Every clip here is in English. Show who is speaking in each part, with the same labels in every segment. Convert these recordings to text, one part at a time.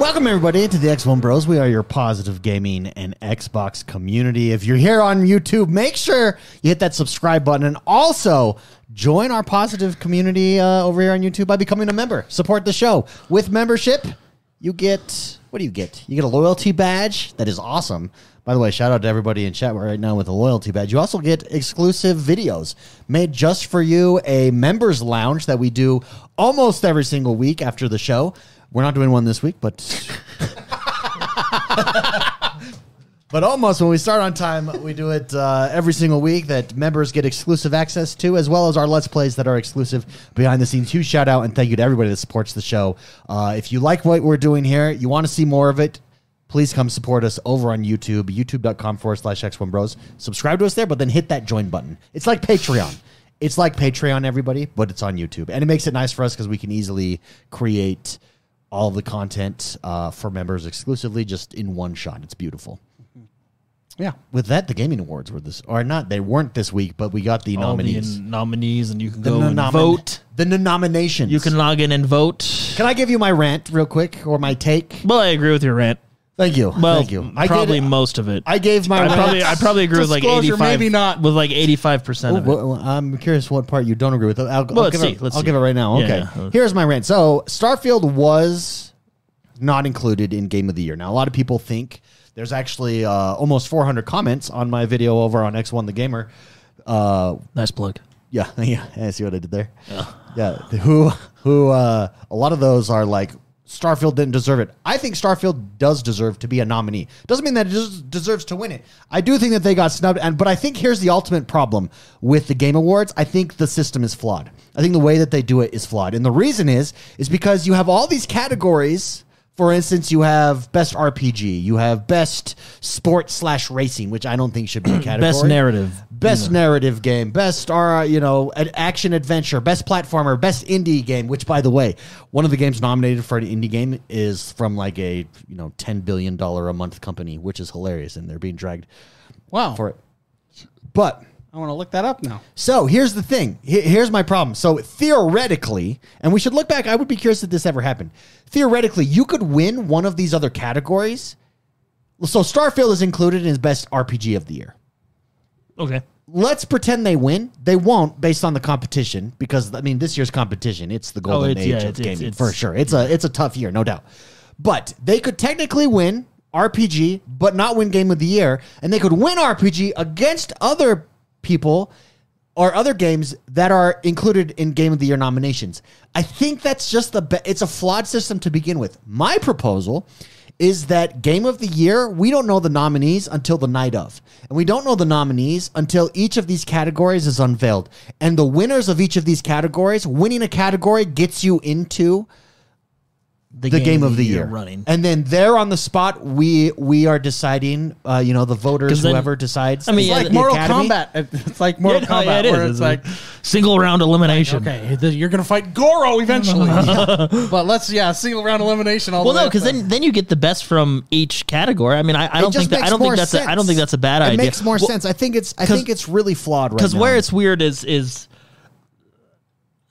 Speaker 1: Welcome, everybody, to the X1 Bros. We are your positive gaming and Xbox community. If you're here on YouTube, make sure you hit that subscribe button and also join our positive community uh, over here on YouTube by becoming a member. Support the show. With membership, you get what do you get? You get a loyalty badge. That is awesome. By the way, shout out to everybody in chat right now with a loyalty badge. You also get exclusive videos made just for you, a members lounge that we do almost every single week after the show. We're not doing one this week, but but almost when we start on time, we do it uh, every single week that members get exclusive access to, as well as our Let's Plays that are exclusive behind the scenes. Huge shout out and thank you to everybody that supports the show. Uh, if you like what we're doing here, you want to see more of it, please come support us over on YouTube, youtube.com forward slash X1 Bros. Subscribe to us there, but then hit that join button. It's like Patreon. It's like Patreon, everybody, but it's on YouTube. And it makes it nice for us because we can easily create all the content uh, for members exclusively just in one shot. It's beautiful. Yeah. With that, the gaming awards were this, or not? They weren't this week, but we got the
Speaker 2: All the
Speaker 1: nominees.
Speaker 2: n- nominees, and you can go
Speaker 1: no-
Speaker 2: and
Speaker 1: nomin-
Speaker 2: vote.
Speaker 1: The n- nominations.
Speaker 2: You can log in and vote.
Speaker 1: Can I give you my rant real quick or my take?
Speaker 2: Well, I agree with your rant.
Speaker 1: Thank you.
Speaker 2: Well,
Speaker 1: Thank you. I
Speaker 2: probably
Speaker 1: Gave,
Speaker 2: most of it.
Speaker 1: I gave my.
Speaker 2: I
Speaker 1: rant.
Speaker 2: probably, I probably agree with like
Speaker 3: Disclosure,
Speaker 2: eighty five.
Speaker 3: maybe not.
Speaker 2: with like eighty five percent of it.
Speaker 1: Oh, Well, well, I'm curious what part you don't agree with. I'll, I'll
Speaker 2: let's
Speaker 1: give
Speaker 2: see,
Speaker 1: It,
Speaker 2: let's
Speaker 1: I'll
Speaker 2: see.
Speaker 1: give it right now.
Speaker 2: Yeah,
Speaker 1: Okay.
Speaker 2: yeah.
Speaker 1: Here's my rant. So Starfield was not included in Game of the Year. Now a lot of people think there's actually uh, almost 400 comments on my video over on X1 the Gamer. Uh,
Speaker 2: Nice plug.
Speaker 1: yeah, yeah. I see what I did there. Yeah, who who? Uh, a lot of those are like Starfield didn't deserve it. I think Starfield does deserve to be a nominee. Doesn't mean that it des- deserves to win it. I do think that they got snubbed, and but I think here's the ultimate problem with the Game Awards. I think the system is flawed. I think the way that they do it is flawed, and the reason is is because you have all these categories. For instance, you have best RPG, you have best sports slash racing, which I don't think should be a category
Speaker 2: Best narrative.
Speaker 1: best narrative game, best uh, you know an action adventure, best platformer, best indie game. Which, by the way, one of the games nominated for an indie game is from like a you know ten billion dollar a month company, which is hilarious, and they're being dragged
Speaker 3: Wow.
Speaker 1: for it. But
Speaker 3: I want to look that up now.
Speaker 1: so here's the thing. He- Here's my problem. So theoretically, and we should look back. I would be curious if this ever happened. Theoretically, you could win one of these other categories. So Starfield is included in his best RPG of the year
Speaker 2: Okay.
Speaker 1: let's pretend they win. They won't based on the competition because I mean this year's competition it's the golden
Speaker 2: Oh, it's-
Speaker 1: age
Speaker 2: yeah,
Speaker 1: of
Speaker 2: it's- it's-
Speaker 1: gaming
Speaker 2: it's-
Speaker 1: for sure. It's a it's a tough year, no doubt. But they could technically win RPG, but not win game of the year, and they could win RPG against other people or other games that are included in game of the year nominations. I think that's just the be- it's a flawed system to begin with. My proposal is that game of the year we don't know the nominees until the night of and we don't know the nominees until each of these categories is unveiled and the winners of each of these categories winning a category gets you into the game, of the, year,
Speaker 2: running.
Speaker 1: and then there on the spot we we are deciding uh, you know the voters
Speaker 2: 'Cause then-
Speaker 1: whoever decides
Speaker 2: I mean,
Speaker 1: It's
Speaker 2: yeah,
Speaker 1: like
Speaker 2: the-
Speaker 1: the
Speaker 3: Mortal
Speaker 1: Academy.
Speaker 3: Kombat. It's like Mortal
Speaker 2: Yeah, no,
Speaker 3: Kombat,
Speaker 2: yeah, it
Speaker 3: where
Speaker 2: is.
Speaker 3: it's like,
Speaker 2: single round elimination.
Speaker 3: okay, th- you're gonna fight Goro eventually. but let's, yeah, single round elimination all
Speaker 2: Well,
Speaker 3: the way.
Speaker 2: no, because
Speaker 3: up to-
Speaker 2: then then you get the best from each category. I mean, I, I
Speaker 1: It
Speaker 2: don't
Speaker 1: just
Speaker 2: think that, I
Speaker 1: makes
Speaker 2: don't think
Speaker 1: more
Speaker 2: that's a, I don't
Speaker 1: sense.
Speaker 2: think that's a bad
Speaker 1: it
Speaker 2: idea.
Speaker 1: makes more sense. I think it's I
Speaker 2: 'cause-
Speaker 1: think it's really flawed right now.
Speaker 2: because where it's weird is is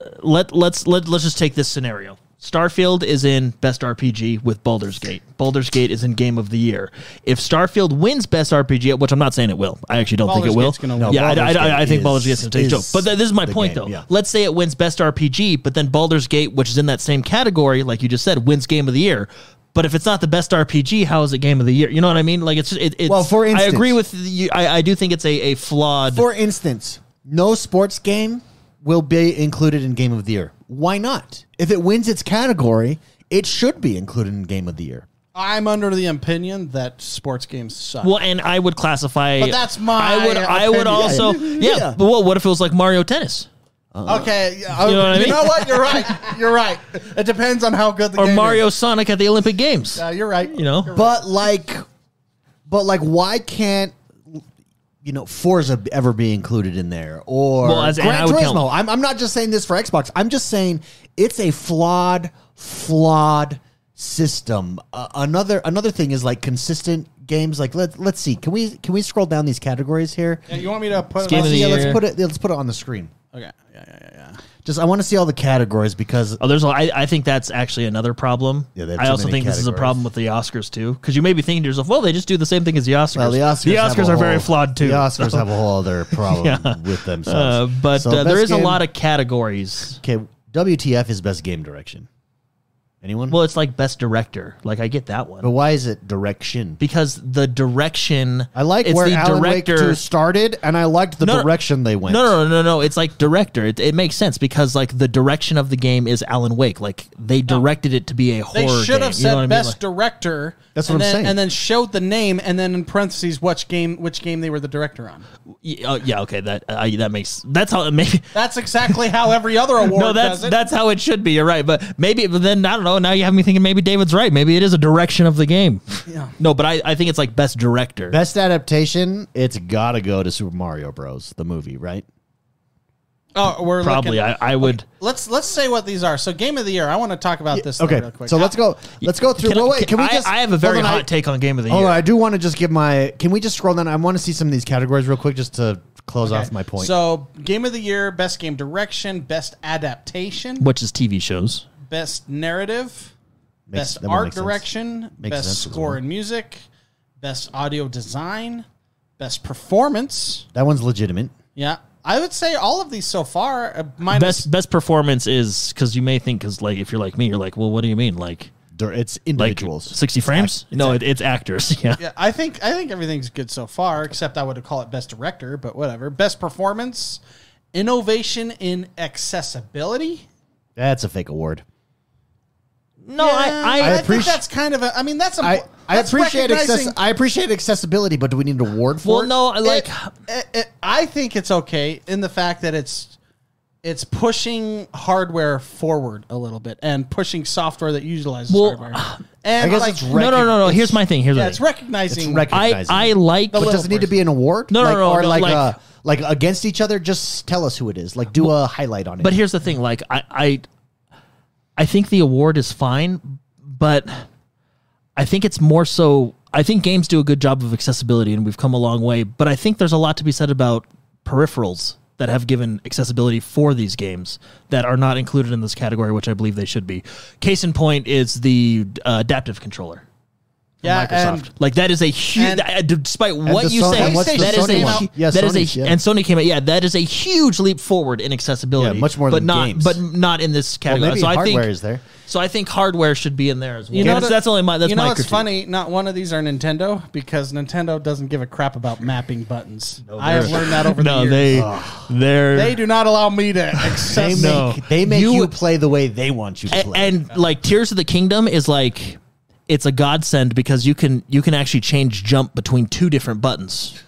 Speaker 2: uh, let let's let let's just take this scenario. Starfield is in best RPG with Baldur's Gate. Baldur's Gate is in game of the year. If Starfield wins best RPG, which I'm not saying it will, I actually don't think
Speaker 3: Baldur's
Speaker 2: it will.
Speaker 3: Gate's gonna win. No,
Speaker 2: yeah, I,
Speaker 1: Baldur's
Speaker 2: I- I- I
Speaker 1: Gate
Speaker 2: think
Speaker 1: is-
Speaker 2: Baldur's Gate's going to take the joke.
Speaker 1: is
Speaker 2: But th- this is my
Speaker 1: the
Speaker 2: point
Speaker 1: game,
Speaker 2: though.
Speaker 1: yeah.
Speaker 2: Let's say it wins best RPG, but then Baldur's Gate, which is in that same category, like you just said, wins game of the year. But if it's not the best RPG, how is it game of the year? You know what I mean? Like it's just, it, it's
Speaker 1: Well, for
Speaker 2: I agree
Speaker 1: instance-
Speaker 2: with you. I, I do think it's a, a flawed
Speaker 1: For instance, no sports game will be included in Game of the Year. Why not? If it wins its category, it should be included in Game of the Year.
Speaker 3: I'm under the opinion that sports games suck.
Speaker 2: Well, and I would classify.
Speaker 3: But that's my
Speaker 2: I would. I would
Speaker 3: opinion.
Speaker 2: also. Yeah.
Speaker 1: Yeah.
Speaker 2: But what, what if it was like Mario Tennis
Speaker 1: Uh-huh.
Speaker 3: Okay, yeah, I-
Speaker 2: You
Speaker 3: you,
Speaker 2: know
Speaker 3: know
Speaker 2: what I mean?
Speaker 3: what? You're right. You're right. It depends on how good the
Speaker 2: or
Speaker 3: game
Speaker 2: Mario
Speaker 3: Is.
Speaker 2: Sonic at the Olympic Games?
Speaker 3: Yeah, you're right.
Speaker 2: you know.
Speaker 1: But like, but like, why can't you know Forza ever be included in there or
Speaker 2: Well, as- and I
Speaker 1: Gran
Speaker 2: would count-
Speaker 1: Turismo? I'm, I'm not just saying this for Xbox. I'm just saying it's a flawed, flawed system. Uh, another another thing is like consistent games. Like let let's see, can we can we scroll down these categories here?
Speaker 3: Yeah, you want me to put
Speaker 2: Game
Speaker 3: it
Speaker 2: of
Speaker 3: on-
Speaker 2: the
Speaker 1: yeah,
Speaker 2: year.
Speaker 1: let's put it let's put it on the screen.
Speaker 3: Okay. Yeah, yeah, yeah, yeah.
Speaker 1: Just I want to see all the categories because
Speaker 2: Oh, there's. a- I, I think that's actually another problem.
Speaker 1: Yeah, they have
Speaker 2: I
Speaker 1: too
Speaker 2: also
Speaker 1: many
Speaker 2: think this is a
Speaker 1: categories.
Speaker 2: problem with the Oscars too, because you may be thinking to yourself, "Well, they just do the same thing as the Oscars."
Speaker 1: well, the Oscars have a
Speaker 2: are very
Speaker 1: whole-
Speaker 2: flawed too.
Speaker 1: The Oscars
Speaker 2: so-
Speaker 1: have a whole other problem
Speaker 2: Yeah.
Speaker 1: with
Speaker 2: Uh,
Speaker 1: themselves.
Speaker 2: but
Speaker 1: So
Speaker 2: uh, there
Speaker 1: best
Speaker 2: is a
Speaker 1: game-
Speaker 2: lot of categories.
Speaker 1: okay. WTF is best game direction. Anyone?
Speaker 2: Well, it's like best director. Like I get that
Speaker 1: but
Speaker 2: one
Speaker 1: why is it direction?
Speaker 2: because the direction.
Speaker 1: I like
Speaker 2: it's
Speaker 1: where
Speaker 2: the
Speaker 1: Alan
Speaker 2: director.
Speaker 1: Wake 2 started, and I liked the
Speaker 2: No, no.
Speaker 1: direction they went.
Speaker 2: No, no, no, no, no. It's like director. It, it makes sense because like the direction of the game is Alan Wake. Like they directed it to be a
Speaker 3: They
Speaker 2: horror.
Speaker 3: should
Speaker 2: game.
Speaker 3: have
Speaker 2: You know
Speaker 3: said
Speaker 2: what I mean?
Speaker 3: best
Speaker 2: Like-
Speaker 3: director.
Speaker 1: That's what
Speaker 3: and
Speaker 1: I'm
Speaker 3: then,
Speaker 1: saying.
Speaker 3: And then showed the name, and then in parentheses, which game, which game they were the director on.
Speaker 2: Yeah, oh, yeah, okay. That uh, that makes. That's how it makes.
Speaker 3: That's exactly how every other award
Speaker 2: No, that's
Speaker 3: does it.
Speaker 2: that's how it should be. You're right, but maybe but then I don't know. Now you have me thinking maybe David's right. Maybe it is a direction of the game.
Speaker 3: Yeah.
Speaker 2: No, but I, I think it's like best director.
Speaker 1: Best adaptation, it's got to go to Super Mario Bros. the movie, right?
Speaker 3: oh, we're
Speaker 2: Probably.
Speaker 3: looking-
Speaker 2: I, I would.
Speaker 3: Let's let's say what these are. So game of the year. I want to talk about this. though
Speaker 1: Okay,
Speaker 3: real quick.
Speaker 1: so let's go. Let's go through.
Speaker 2: Can,
Speaker 1: well,
Speaker 2: I-
Speaker 1: wait, can we
Speaker 2: I-
Speaker 1: just?
Speaker 2: I, have a very
Speaker 1: hold on,
Speaker 2: hot
Speaker 1: I-
Speaker 2: take on game of the
Speaker 1: Hold
Speaker 2: year.
Speaker 1: on, I do want to just give my. Can we just scroll down? I want to see some of these categories real quick, just to close off my point.
Speaker 3: So game of the year, best game direction, best adaptation,
Speaker 2: Which is TV shows.
Speaker 3: best narrative,
Speaker 1: Makes-
Speaker 3: best
Speaker 1: that one
Speaker 3: art
Speaker 1: makes sense.
Speaker 3: direction,
Speaker 1: Makes
Speaker 3: best
Speaker 1: sense as
Speaker 3: score
Speaker 1: well.
Speaker 3: and music, best audio design, best performance.
Speaker 1: that one's legitimate.
Speaker 3: Yeah, I would say all of these so far. Uh, minus
Speaker 2: Best best performance is because you may think because like if you're like me, you're like, well, what do you mean like
Speaker 1: There- It's
Speaker 2: like
Speaker 1: individuals.
Speaker 2: sixty frames? no, it, it's actors. Yeah.
Speaker 3: Yeah, I think I think everything's good so far, except I would call it best director, but whatever. Best performance, innovation in accessibility.
Speaker 1: That's a fake award.
Speaker 2: No, I
Speaker 3: Yeah,
Speaker 2: I,
Speaker 3: think
Speaker 1: appreci-
Speaker 3: that's kind of a. I mean, that's a,
Speaker 1: I, I
Speaker 3: that's
Speaker 1: appreciate access,
Speaker 3: recognizing-
Speaker 1: I appreciate accessibility, but do we need an award for
Speaker 2: well
Speaker 1: it?
Speaker 2: no uh, I like
Speaker 3: it, it, I think it's okay in the fact that it's it's pushing hardware forward a little bit and pushing software that utilizes
Speaker 2: Well,
Speaker 3: hardware. And
Speaker 1: guess
Speaker 3: like,
Speaker 1: it's
Speaker 2: no no no no. Here's my thing. Here's
Speaker 3: yeah,
Speaker 2: my
Speaker 3: it's
Speaker 2: thing.
Speaker 3: recognizing
Speaker 1: It's rec-
Speaker 2: I
Speaker 1: recognizing.
Speaker 2: I like
Speaker 1: But does it need to be an award?
Speaker 2: No, no,
Speaker 1: like,
Speaker 2: no,
Speaker 1: Or
Speaker 2: no,
Speaker 1: like,
Speaker 2: like-
Speaker 1: uh, like against each other? Just tell us who it is. Like do a highlight on it.
Speaker 2: But here's the thing, like I, I I think the award is fine, but I think it's more so I think games do a good job of accessibility and we've come a long way, but I think there's a lot to be said about peripherals that have given accessibility for these games that are not included in this category, which I believe they should be. Case in point is the uh, adaptive controller.
Speaker 3: yeah,
Speaker 2: Microsoft. like that is a huge.
Speaker 3: and-
Speaker 2: despite what
Speaker 1: the
Speaker 2: you
Speaker 1: Sony-
Speaker 2: say,
Speaker 1: and what's the
Speaker 2: that is
Speaker 1: Sony
Speaker 2: a
Speaker 1: one?
Speaker 2: hu-
Speaker 1: Yeah,
Speaker 2: that is a
Speaker 1: Sony's, yeah.
Speaker 2: and Sony came out. Yeah, that is a huge leap forward in accessibility.
Speaker 1: Yeah, much more
Speaker 2: but
Speaker 1: than
Speaker 2: not,
Speaker 1: games.
Speaker 2: But not in this category.
Speaker 1: maybe
Speaker 2: so I
Speaker 1: hardware
Speaker 2: think
Speaker 1: is there.
Speaker 2: So I think hardware should be in there as well.
Speaker 3: You know
Speaker 2: that's,
Speaker 3: the-
Speaker 2: that's only my. That's
Speaker 3: you know
Speaker 2: my.
Speaker 3: what's
Speaker 2: critique.
Speaker 3: funny? Not one of these are Nintendo because Nintendo doesn't give a crap about mapping buttons. I have
Speaker 2: they're-
Speaker 3: learned that over
Speaker 2: No,
Speaker 3: the years.
Speaker 2: they they're
Speaker 3: They do not allow me to access.
Speaker 1: they
Speaker 2: No.
Speaker 1: make, they make you,
Speaker 2: You-
Speaker 1: play the way they want you to
Speaker 2: A-
Speaker 1: play.
Speaker 2: and like Tears of the Kingdom is like it's a godsend because you can you can actually change jump between two different buttons,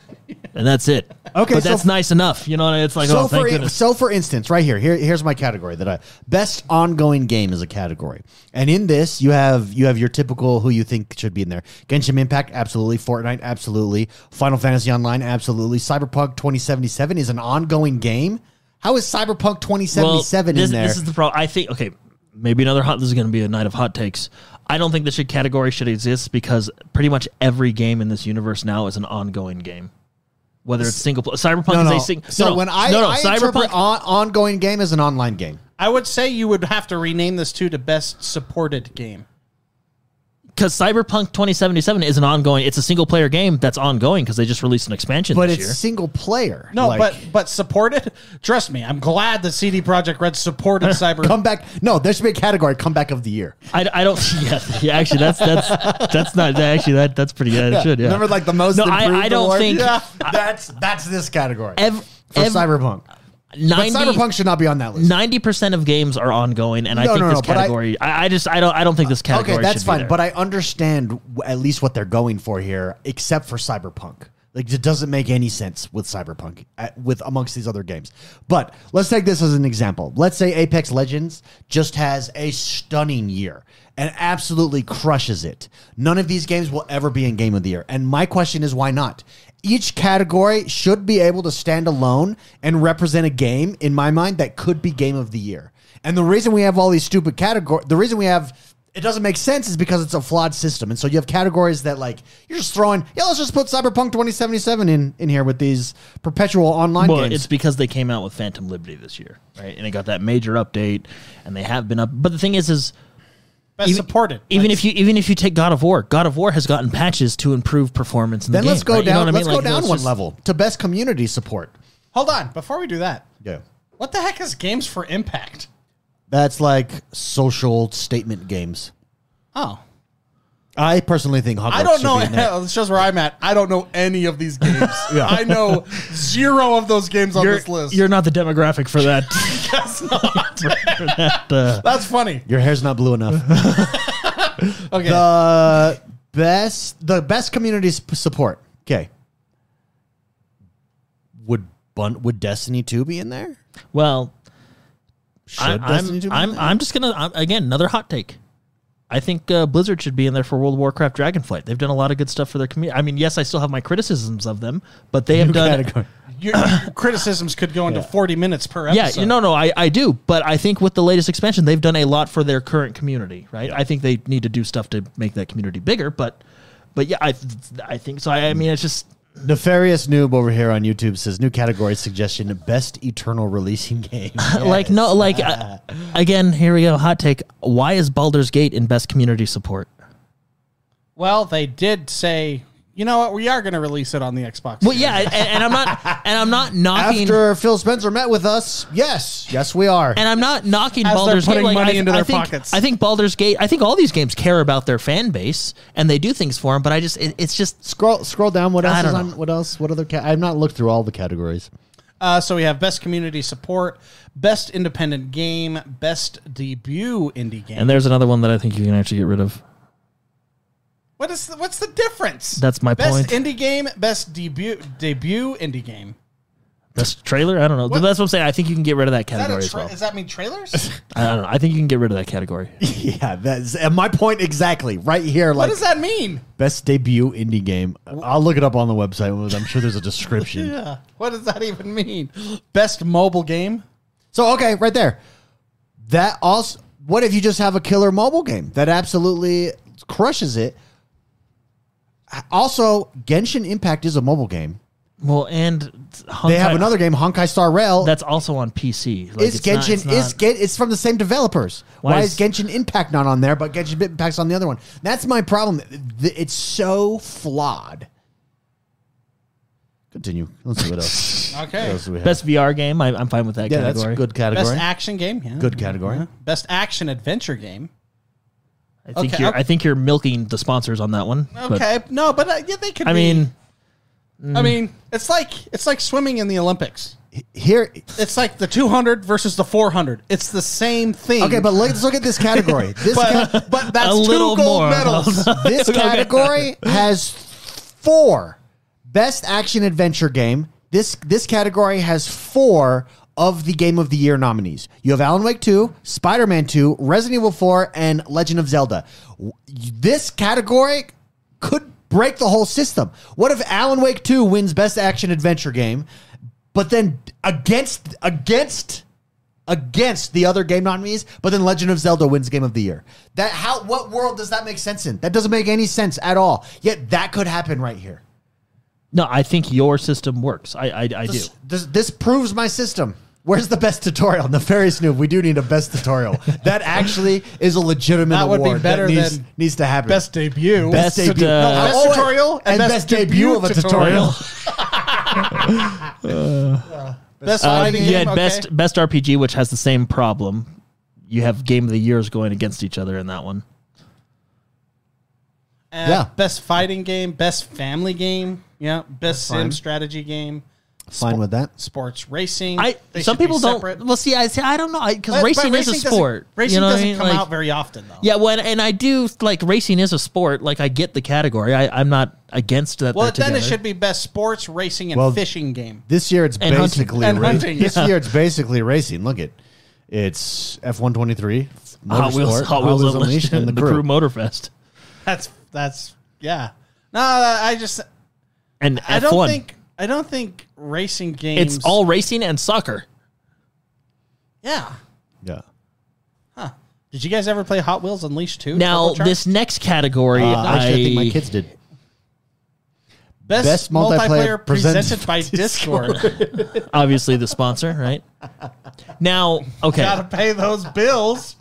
Speaker 2: and that's it.
Speaker 1: Okay,
Speaker 2: but
Speaker 1: so-
Speaker 2: that's nice enough. You know, and it's like
Speaker 1: so
Speaker 2: oh, thank
Speaker 1: for
Speaker 2: goodness.
Speaker 1: so for instance, right here, here here's my category that I best ongoing game is a category, and in this you have you have your typical who you think should be in there: Genshin Impact, absolutely; Fortnite, absolutely; Final Fantasy Online, absolutely; Cyberpunk 2077 is an ongoing game. How is Cyberpunk 2077
Speaker 2: this,
Speaker 1: in there?
Speaker 2: This is the problem. I think okay, maybe another hot. This is going to be a night of hot takes. I don't think this should, category should exist because pretty much every game in this universe now is an ongoing game. Whether it's single player, Cyberpunk
Speaker 1: no,
Speaker 2: is
Speaker 1: no.
Speaker 2: a single.
Speaker 1: so when I,
Speaker 2: no, no,
Speaker 1: I interpret
Speaker 2: Cyberpunk.
Speaker 1: on, ongoing game as an online game,
Speaker 3: I would say you would have to rename this too to best supported game.
Speaker 2: Because Cyberpunk 2077 is an ongoing, it's a single player game that's ongoing because they just released an expansion
Speaker 1: but
Speaker 2: this
Speaker 1: it's
Speaker 2: year.
Speaker 1: single player.
Speaker 3: No,
Speaker 1: Like,
Speaker 3: but but supported. Trust me, I'm glad that CD Projekt Red supported Cyber.
Speaker 1: come back. No, there should be a category comeback of the year.
Speaker 2: I, I don't. Yeah, yeah, actually, that's that's that's not that- actually that that's pretty good. It should. Yeah.
Speaker 1: Remember, like the most.
Speaker 2: No, I-
Speaker 1: improved
Speaker 2: I don't
Speaker 1: award?
Speaker 2: think-
Speaker 1: Yeah, that's that's this category
Speaker 2: Ev-
Speaker 1: for
Speaker 2: ev-
Speaker 1: Cyberpunk.
Speaker 2: 90,
Speaker 1: but Cyberpunk should not be on that list.
Speaker 2: Ninety percent of games are ongoing, and I
Speaker 1: No,
Speaker 2: think
Speaker 1: no,
Speaker 2: this
Speaker 1: no, but I-
Speaker 2: category. I, I just I don't I don't think this category.
Speaker 1: okay, that's
Speaker 2: should
Speaker 1: fine,
Speaker 2: Be there.
Speaker 1: but I understand w- at least what they're going for here, except for Cyberpunk. Like it doesn't make any sense with Cyberpunk at, with amongst these other games. But let's take this as an example. Let's say Apex Legends just has a stunning year and absolutely crushes it. None of these games will ever be in game of the year. And my question is why not? Each category should be able to stand alone and represent a game in my mind that could be game of the year. And the reason we have all these stupid categories, the reason we have it doesn't make sense is because it's a flawed system. And so you have categories that like you're just throwing, yeah, let's just put Cyberpunk 2077 in in here with these perpetual online
Speaker 2: Well,
Speaker 1: games.
Speaker 2: it's because they came out with Phantom Liberty this year, right? And it got that major update, and they have been up. But the thing is, is
Speaker 3: Best
Speaker 2: even-
Speaker 3: supported.
Speaker 2: Even
Speaker 3: Like,
Speaker 2: if you even if you take God of War, God of War has gotten patches to improve performance. In
Speaker 1: then
Speaker 2: the
Speaker 1: let's
Speaker 2: game,
Speaker 1: go
Speaker 2: right? You know
Speaker 1: down
Speaker 2: what I
Speaker 1: let's
Speaker 2: mean?
Speaker 1: go
Speaker 2: Like,
Speaker 1: down
Speaker 2: it's
Speaker 1: one
Speaker 2: just-
Speaker 1: level to best community support.
Speaker 3: hold on, before we do that,
Speaker 1: Yeah.
Speaker 3: what the heck is games for impact?
Speaker 1: That's like social statement games.
Speaker 3: Oh,
Speaker 1: I personally think Hogwarts
Speaker 3: I don't
Speaker 1: should
Speaker 3: know.
Speaker 1: be in there.
Speaker 3: This shows where I'm at. I don't know any of these games.
Speaker 1: Yeah.
Speaker 3: I know zero of those games on
Speaker 2: You're,
Speaker 3: this list.
Speaker 2: you're not the demographic for that. for that, uh,
Speaker 3: That's funny.
Speaker 1: Your hair's not blue enough.
Speaker 3: Okay,
Speaker 1: the Uh, best the best community sp- support. Okay. Would Bun- would Destiny 2 be in there?
Speaker 2: well,
Speaker 1: Should
Speaker 2: I,
Speaker 1: Destiny
Speaker 2: I'm
Speaker 1: 2 be in
Speaker 2: I'm,
Speaker 1: there?
Speaker 2: I'm just gonna I'm, again another hot take. I think uh, Blizzard should be in there for World of Warcraft Dragonflight. They've done a lot of good stuff for their community. I mean, yes, I still have my criticisms of them, but they have
Speaker 1: New
Speaker 2: done
Speaker 1: category.
Speaker 3: your, your criticisms could go into 40 minutes per
Speaker 2: Yeah,
Speaker 3: episode.
Speaker 2: you no, no, I, I do. But I think with the latest expansion, they've done a lot for their current community, right? I think they need to do stuff to make that community bigger. But, but yeah, I, I think so. I, I mean, it's just
Speaker 1: Nefarious Noob over here on YouTube says new category suggestion best eternal releasing game.
Speaker 2: like no, like uh, again, here we go, hot take. Why is Baldur's Gate in best community support?
Speaker 3: Well, they did say, you know what? We are going to release it on the Xbox.
Speaker 2: Well, yeah, and, and I'm not, and I'm not knocking.
Speaker 1: After Phil Spencer met with us, yes, yes, we are.
Speaker 2: and I'm not knocking
Speaker 3: As they're
Speaker 2: Baldur's
Speaker 3: putting
Speaker 2: Gate. Like,
Speaker 3: money
Speaker 2: I,
Speaker 3: into
Speaker 2: I
Speaker 3: their
Speaker 2: think,
Speaker 3: pockets.
Speaker 2: I think Baldur's Gate. I think all these games care about their fan base and they do things for them. But I just, it, it's just
Speaker 1: scroll, scroll down. What
Speaker 2: I
Speaker 1: else is
Speaker 2: don't
Speaker 1: on?
Speaker 2: know.
Speaker 1: What else? What other? Ca- I've not looked through all the categories.
Speaker 3: Uh, so we have best community support, best independent game, best debut indie game.
Speaker 2: And there's another one that I think you can actually get rid of.
Speaker 3: what is the, what's the difference?
Speaker 2: That's my point.
Speaker 3: best indie game, best debut debut indie game.
Speaker 2: Best trailer? I don't know. That's what I'm saying. I think you can get rid of that
Speaker 3: Is that,
Speaker 2: category
Speaker 3: a
Speaker 2: as
Speaker 3: tra-
Speaker 2: well.
Speaker 3: Does that mean trailers?
Speaker 2: I don't know. I think you can get rid of that category.
Speaker 1: yeah, that's and my point exactly. Right here,
Speaker 3: what
Speaker 1: like
Speaker 3: does that mean?
Speaker 1: best debut indie game. I'll look it up on the website. I'm sure there's a description.
Speaker 3: Yeah. What does that even mean? Best mobile game?
Speaker 1: So okay, right there. That also. What if you just have a killer mobile game that absolutely crushes it? Also, Genshin Impact is a mobile game.
Speaker 2: Well, and Honkai,
Speaker 1: They have another game, Honkai Star Rail.
Speaker 2: that's also on PC. Like,
Speaker 1: is
Speaker 2: it's not-
Speaker 1: Genshin
Speaker 2: it's not-
Speaker 1: is Gen, it's from the same developers. Why,
Speaker 2: Why
Speaker 1: is,
Speaker 2: is-
Speaker 1: Genshin Impact not on there, but Genshin Impact's on the other one? That's my problem. Th- It's so flawed. Continue. Let's see what else. What
Speaker 3: Okay.
Speaker 1: else do we have?
Speaker 2: best VR game? I, I'm fine with that
Speaker 1: yeah, that's
Speaker 2: category.
Speaker 1: a good category. Uh-huh.
Speaker 3: Best action game? Yeah.
Speaker 1: good category.
Speaker 3: Best action adventure game.
Speaker 2: I think
Speaker 3: Okay,
Speaker 2: you're.
Speaker 3: I'll-
Speaker 2: I think you're milking the sponsors on that one. but-
Speaker 3: Okay. no, but uh, yeah, they could
Speaker 2: I
Speaker 3: be-
Speaker 2: mean, mm.
Speaker 3: I mean, it's like it's like swimming in the Olympics.
Speaker 1: Here,
Speaker 3: It's like the 200 versus the 400. It's the same thing.
Speaker 1: okay, but let's look at this category. This ca-
Speaker 3: but, but that's
Speaker 2: A
Speaker 3: two
Speaker 2: little
Speaker 3: gold
Speaker 2: more.
Speaker 3: medals.
Speaker 1: this category has four best action adventure game. This this category has four of the game of the year nominees. You have Alan Wake 2, Spider-Man 2, Resident Evil 4 and Legend of Zelda. W- This category could break the whole system. What if Alan Wake 2 wins best action adventure game, but then against against against the other game nominees, but then Legend of Zelda wins Game of the Year. That how what world does that make sense in? That doesn't make any sense at all. Yet that could happen right here.
Speaker 2: no, I think your system works. I, I, I do.
Speaker 1: This, this, this proves my system. Where's the best tutorial? Nefarious Noob, we do need a best tutorial. That actually is a legitimate
Speaker 3: That would be
Speaker 1: award
Speaker 3: better
Speaker 1: that needs,
Speaker 3: than
Speaker 1: needs to happen.
Speaker 3: Best debut.
Speaker 1: Best
Speaker 2: best,
Speaker 1: debut.
Speaker 2: uh,
Speaker 1: No, I
Speaker 3: best
Speaker 1: always-
Speaker 3: tutorial
Speaker 1: and best, debut of a tutorial.
Speaker 3: Best
Speaker 2: Uh,
Speaker 3: fighting
Speaker 2: you
Speaker 3: game.
Speaker 2: had
Speaker 3: okay.
Speaker 2: best best RPG, which has the same problem. You have game of the years going against each other in that one.
Speaker 3: Uh,
Speaker 1: Yeah.
Speaker 3: Best fighting game. Best family game. Yeah. Best sim
Speaker 1: fine.
Speaker 3: strategy game.
Speaker 1: Fine with that.
Speaker 3: Sports racing.
Speaker 2: I
Speaker 3: They
Speaker 2: some
Speaker 3: should be
Speaker 2: people don't.
Speaker 3: separate.
Speaker 2: Well, see, I see, I don't know
Speaker 3: But-
Speaker 2: because
Speaker 3: but
Speaker 2: racing, is a
Speaker 3: doesn't-
Speaker 2: sport.
Speaker 3: Racing
Speaker 2: you know what I
Speaker 3: doesn't
Speaker 2: mean?
Speaker 3: come
Speaker 2: Like-
Speaker 3: out very often though.
Speaker 2: Yeah, well, and, and I do like racing is a sport. Like I get the category. I, I'm not against that.
Speaker 3: Well,
Speaker 2: they're
Speaker 3: then it
Speaker 2: together.
Speaker 3: should be best sports racing and
Speaker 1: Well,
Speaker 3: fishing game.
Speaker 1: This year it's
Speaker 2: And hunting.
Speaker 1: basically
Speaker 3: And
Speaker 1: ra-
Speaker 3: hunting,
Speaker 1: this
Speaker 3: yeah.
Speaker 1: year it's basically racing. Look at it's F one twenty three.
Speaker 2: Hot Wheels, Hot Wheels, Unleashed, and the, crew. Motorfest,
Speaker 3: That's that's yeah. No, I just
Speaker 2: and
Speaker 3: I
Speaker 2: F1.
Speaker 3: don't think I don't think racing games.
Speaker 2: it's all racing and soccer.
Speaker 3: yeah.
Speaker 1: Yeah.
Speaker 3: Did you guys ever play Hot Wheels Unleashed 2?
Speaker 2: Now,
Speaker 3: Turbocharged?
Speaker 2: this next category,
Speaker 1: Uh,
Speaker 2: I,
Speaker 1: actually, I think my kids did.
Speaker 3: best,
Speaker 1: best multiplayer
Speaker 3: multiplayer,
Speaker 1: presented
Speaker 3: presented by Discord.
Speaker 2: obviously the sponsor, right? Now, okay,
Speaker 3: Gotta pay those bills.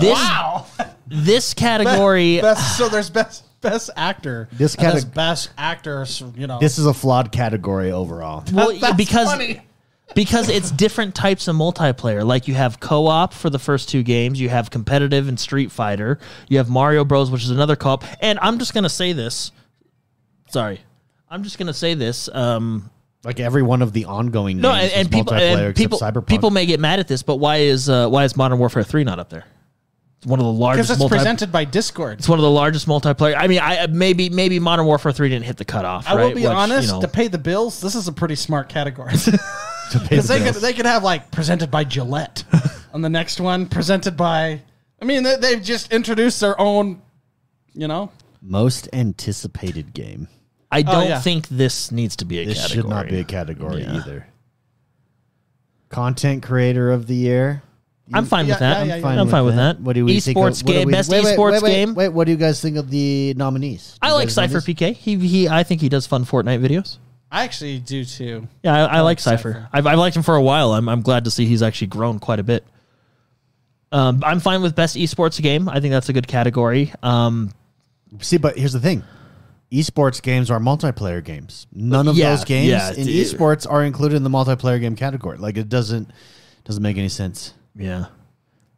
Speaker 2: this this category,
Speaker 3: Best, so there's best best actor.
Speaker 1: This
Speaker 3: And that's
Speaker 1: categ-
Speaker 3: best actor. so, You know,
Speaker 1: This is a flawed category overall.
Speaker 2: well,
Speaker 3: That's
Speaker 2: because
Speaker 3: funny.
Speaker 2: because it's different types of multiplayer. Like you have co-op for the first two games, you have competitive and Street Fighter, you have Mario Bros, which is another co-op. And I'm just gonna say this. Sorry, I'm just gonna say this. Um,
Speaker 1: Like every one of the ongoing
Speaker 2: no,
Speaker 1: games
Speaker 2: and, and
Speaker 1: is
Speaker 2: people,
Speaker 1: multiplayer
Speaker 2: and
Speaker 1: except
Speaker 2: people,
Speaker 1: Cyberpunk.
Speaker 2: people may get mad at this, but why is uh, why is Modern Warfare Three not up there? It's one of the
Speaker 3: because
Speaker 2: largest
Speaker 3: it's
Speaker 2: multi-
Speaker 3: presented by Discord.
Speaker 2: It's one of the largest multiplayer. I mean, I maybe maybe Modern Warfare Three didn't hit the cutoff.
Speaker 3: I
Speaker 2: right?
Speaker 3: will be
Speaker 2: Which,
Speaker 3: honest.
Speaker 2: you know-
Speaker 3: To pay the bills, this is a pretty smart category.
Speaker 1: to pay
Speaker 3: Because
Speaker 1: the
Speaker 3: they could
Speaker 1: bills.
Speaker 3: they could have like presented by Gillette on the next one, presented by. I mean, they, they've just introduced their own. You know,
Speaker 1: Most anticipated game.
Speaker 2: I don't
Speaker 3: yeah.
Speaker 2: think this needs to be a
Speaker 1: This
Speaker 2: category.
Speaker 1: should not be a category
Speaker 2: Yeah.
Speaker 1: either. Content creator of the year.
Speaker 2: I'm fine
Speaker 3: Yeah,
Speaker 2: with that.
Speaker 3: yeah,
Speaker 2: I'm
Speaker 3: yeah,
Speaker 2: fine,
Speaker 3: yeah.
Speaker 2: with that.
Speaker 1: What do we think? of-
Speaker 2: esports
Speaker 1: what do
Speaker 2: game?
Speaker 1: we-
Speaker 2: best
Speaker 1: wait, wait,
Speaker 2: esports
Speaker 1: wait, wait,
Speaker 2: game.
Speaker 1: Wait, what do you guys think of the nominees?
Speaker 2: I
Speaker 1: You
Speaker 2: like
Speaker 1: guys know
Speaker 2: Cipher
Speaker 1: these?
Speaker 2: PK. He he. I think he does fun Fortnite videos.
Speaker 3: I actually do too.
Speaker 2: Yeah, I, I, like
Speaker 3: Cypher.
Speaker 2: Cipher. I've, I've liked him for a while. I'm I'm glad to see he's actually grown quite a bit. Um, I'm fine with best esports game. I think that's a good category. Um,
Speaker 1: See, but here's the thing. Esports games are multiplayer games. None of
Speaker 2: Yeah,
Speaker 1: those games
Speaker 2: yeah,
Speaker 1: in
Speaker 2: dude.
Speaker 1: esports are included in the multiplayer game category. Like it doesn't doesn't make any sense.
Speaker 2: yeah.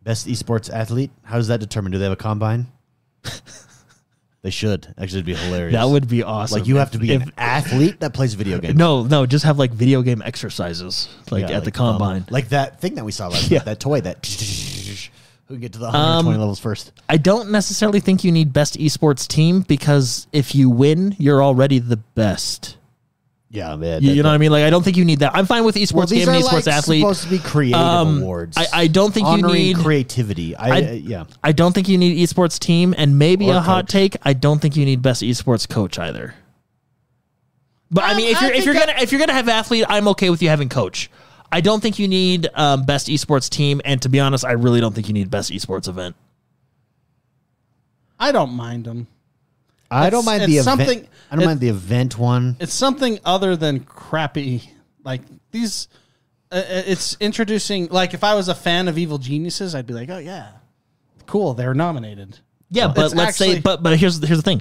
Speaker 1: Best esports athlete? How does that determine? Do they have a combine? they should. Actually, it'd be hilarious.
Speaker 2: That would be awesome.
Speaker 1: like you have
Speaker 2: if-
Speaker 1: to be
Speaker 2: if-
Speaker 1: an athlete that plays video games.
Speaker 2: no, no, just have like video game exercises, like
Speaker 1: Yeah,
Speaker 2: at the combine.
Speaker 1: like um, that thing that we saw last
Speaker 2: Yeah. Um,
Speaker 1: night, that toy that who can get to the 120 levels first.
Speaker 2: I don't necessarily think you need best esports team because if you win, you're already the best.
Speaker 1: Yeah, man.
Speaker 2: You,
Speaker 1: that-
Speaker 2: you know what I mean? Like I don't think you need that. I'm fine with esports
Speaker 1: Well, these
Speaker 2: game
Speaker 1: are
Speaker 2: and
Speaker 1: like
Speaker 2: esports athlete.
Speaker 1: supposed to be creative
Speaker 2: Um,
Speaker 1: awards.
Speaker 2: I- I don't think you
Speaker 1: honoring
Speaker 2: need-
Speaker 1: creativity. I,
Speaker 2: I-
Speaker 1: uh, yeah.
Speaker 2: I don't think you need esports team, and maybe
Speaker 1: Or
Speaker 2: a hot
Speaker 1: coach.
Speaker 2: take. I don't think you need best esports coach either. But I
Speaker 3: Um,
Speaker 2: mean, if
Speaker 3: I
Speaker 2: you're if
Speaker 3: think
Speaker 2: you're
Speaker 3: I-
Speaker 2: gonna if you're gonna have athlete, I'm okay with you having coach. I don't think you need um, best esports team, and to be honest, I really don't think you need best esports event.
Speaker 3: I don't mind them.
Speaker 1: I don't mind
Speaker 3: it's
Speaker 1: the event.
Speaker 3: something-
Speaker 1: I don't
Speaker 3: it-
Speaker 1: mind the event one.
Speaker 3: It's something other than crappy. Like these, uh, uh, it's introducing. Like if I was a fan of Evil Geniuses, I'd be like, oh yeah, cool, they're nominated.
Speaker 2: Yeah, but
Speaker 3: It's
Speaker 2: let's say,
Speaker 3: actually-
Speaker 2: but but here's here's the thing.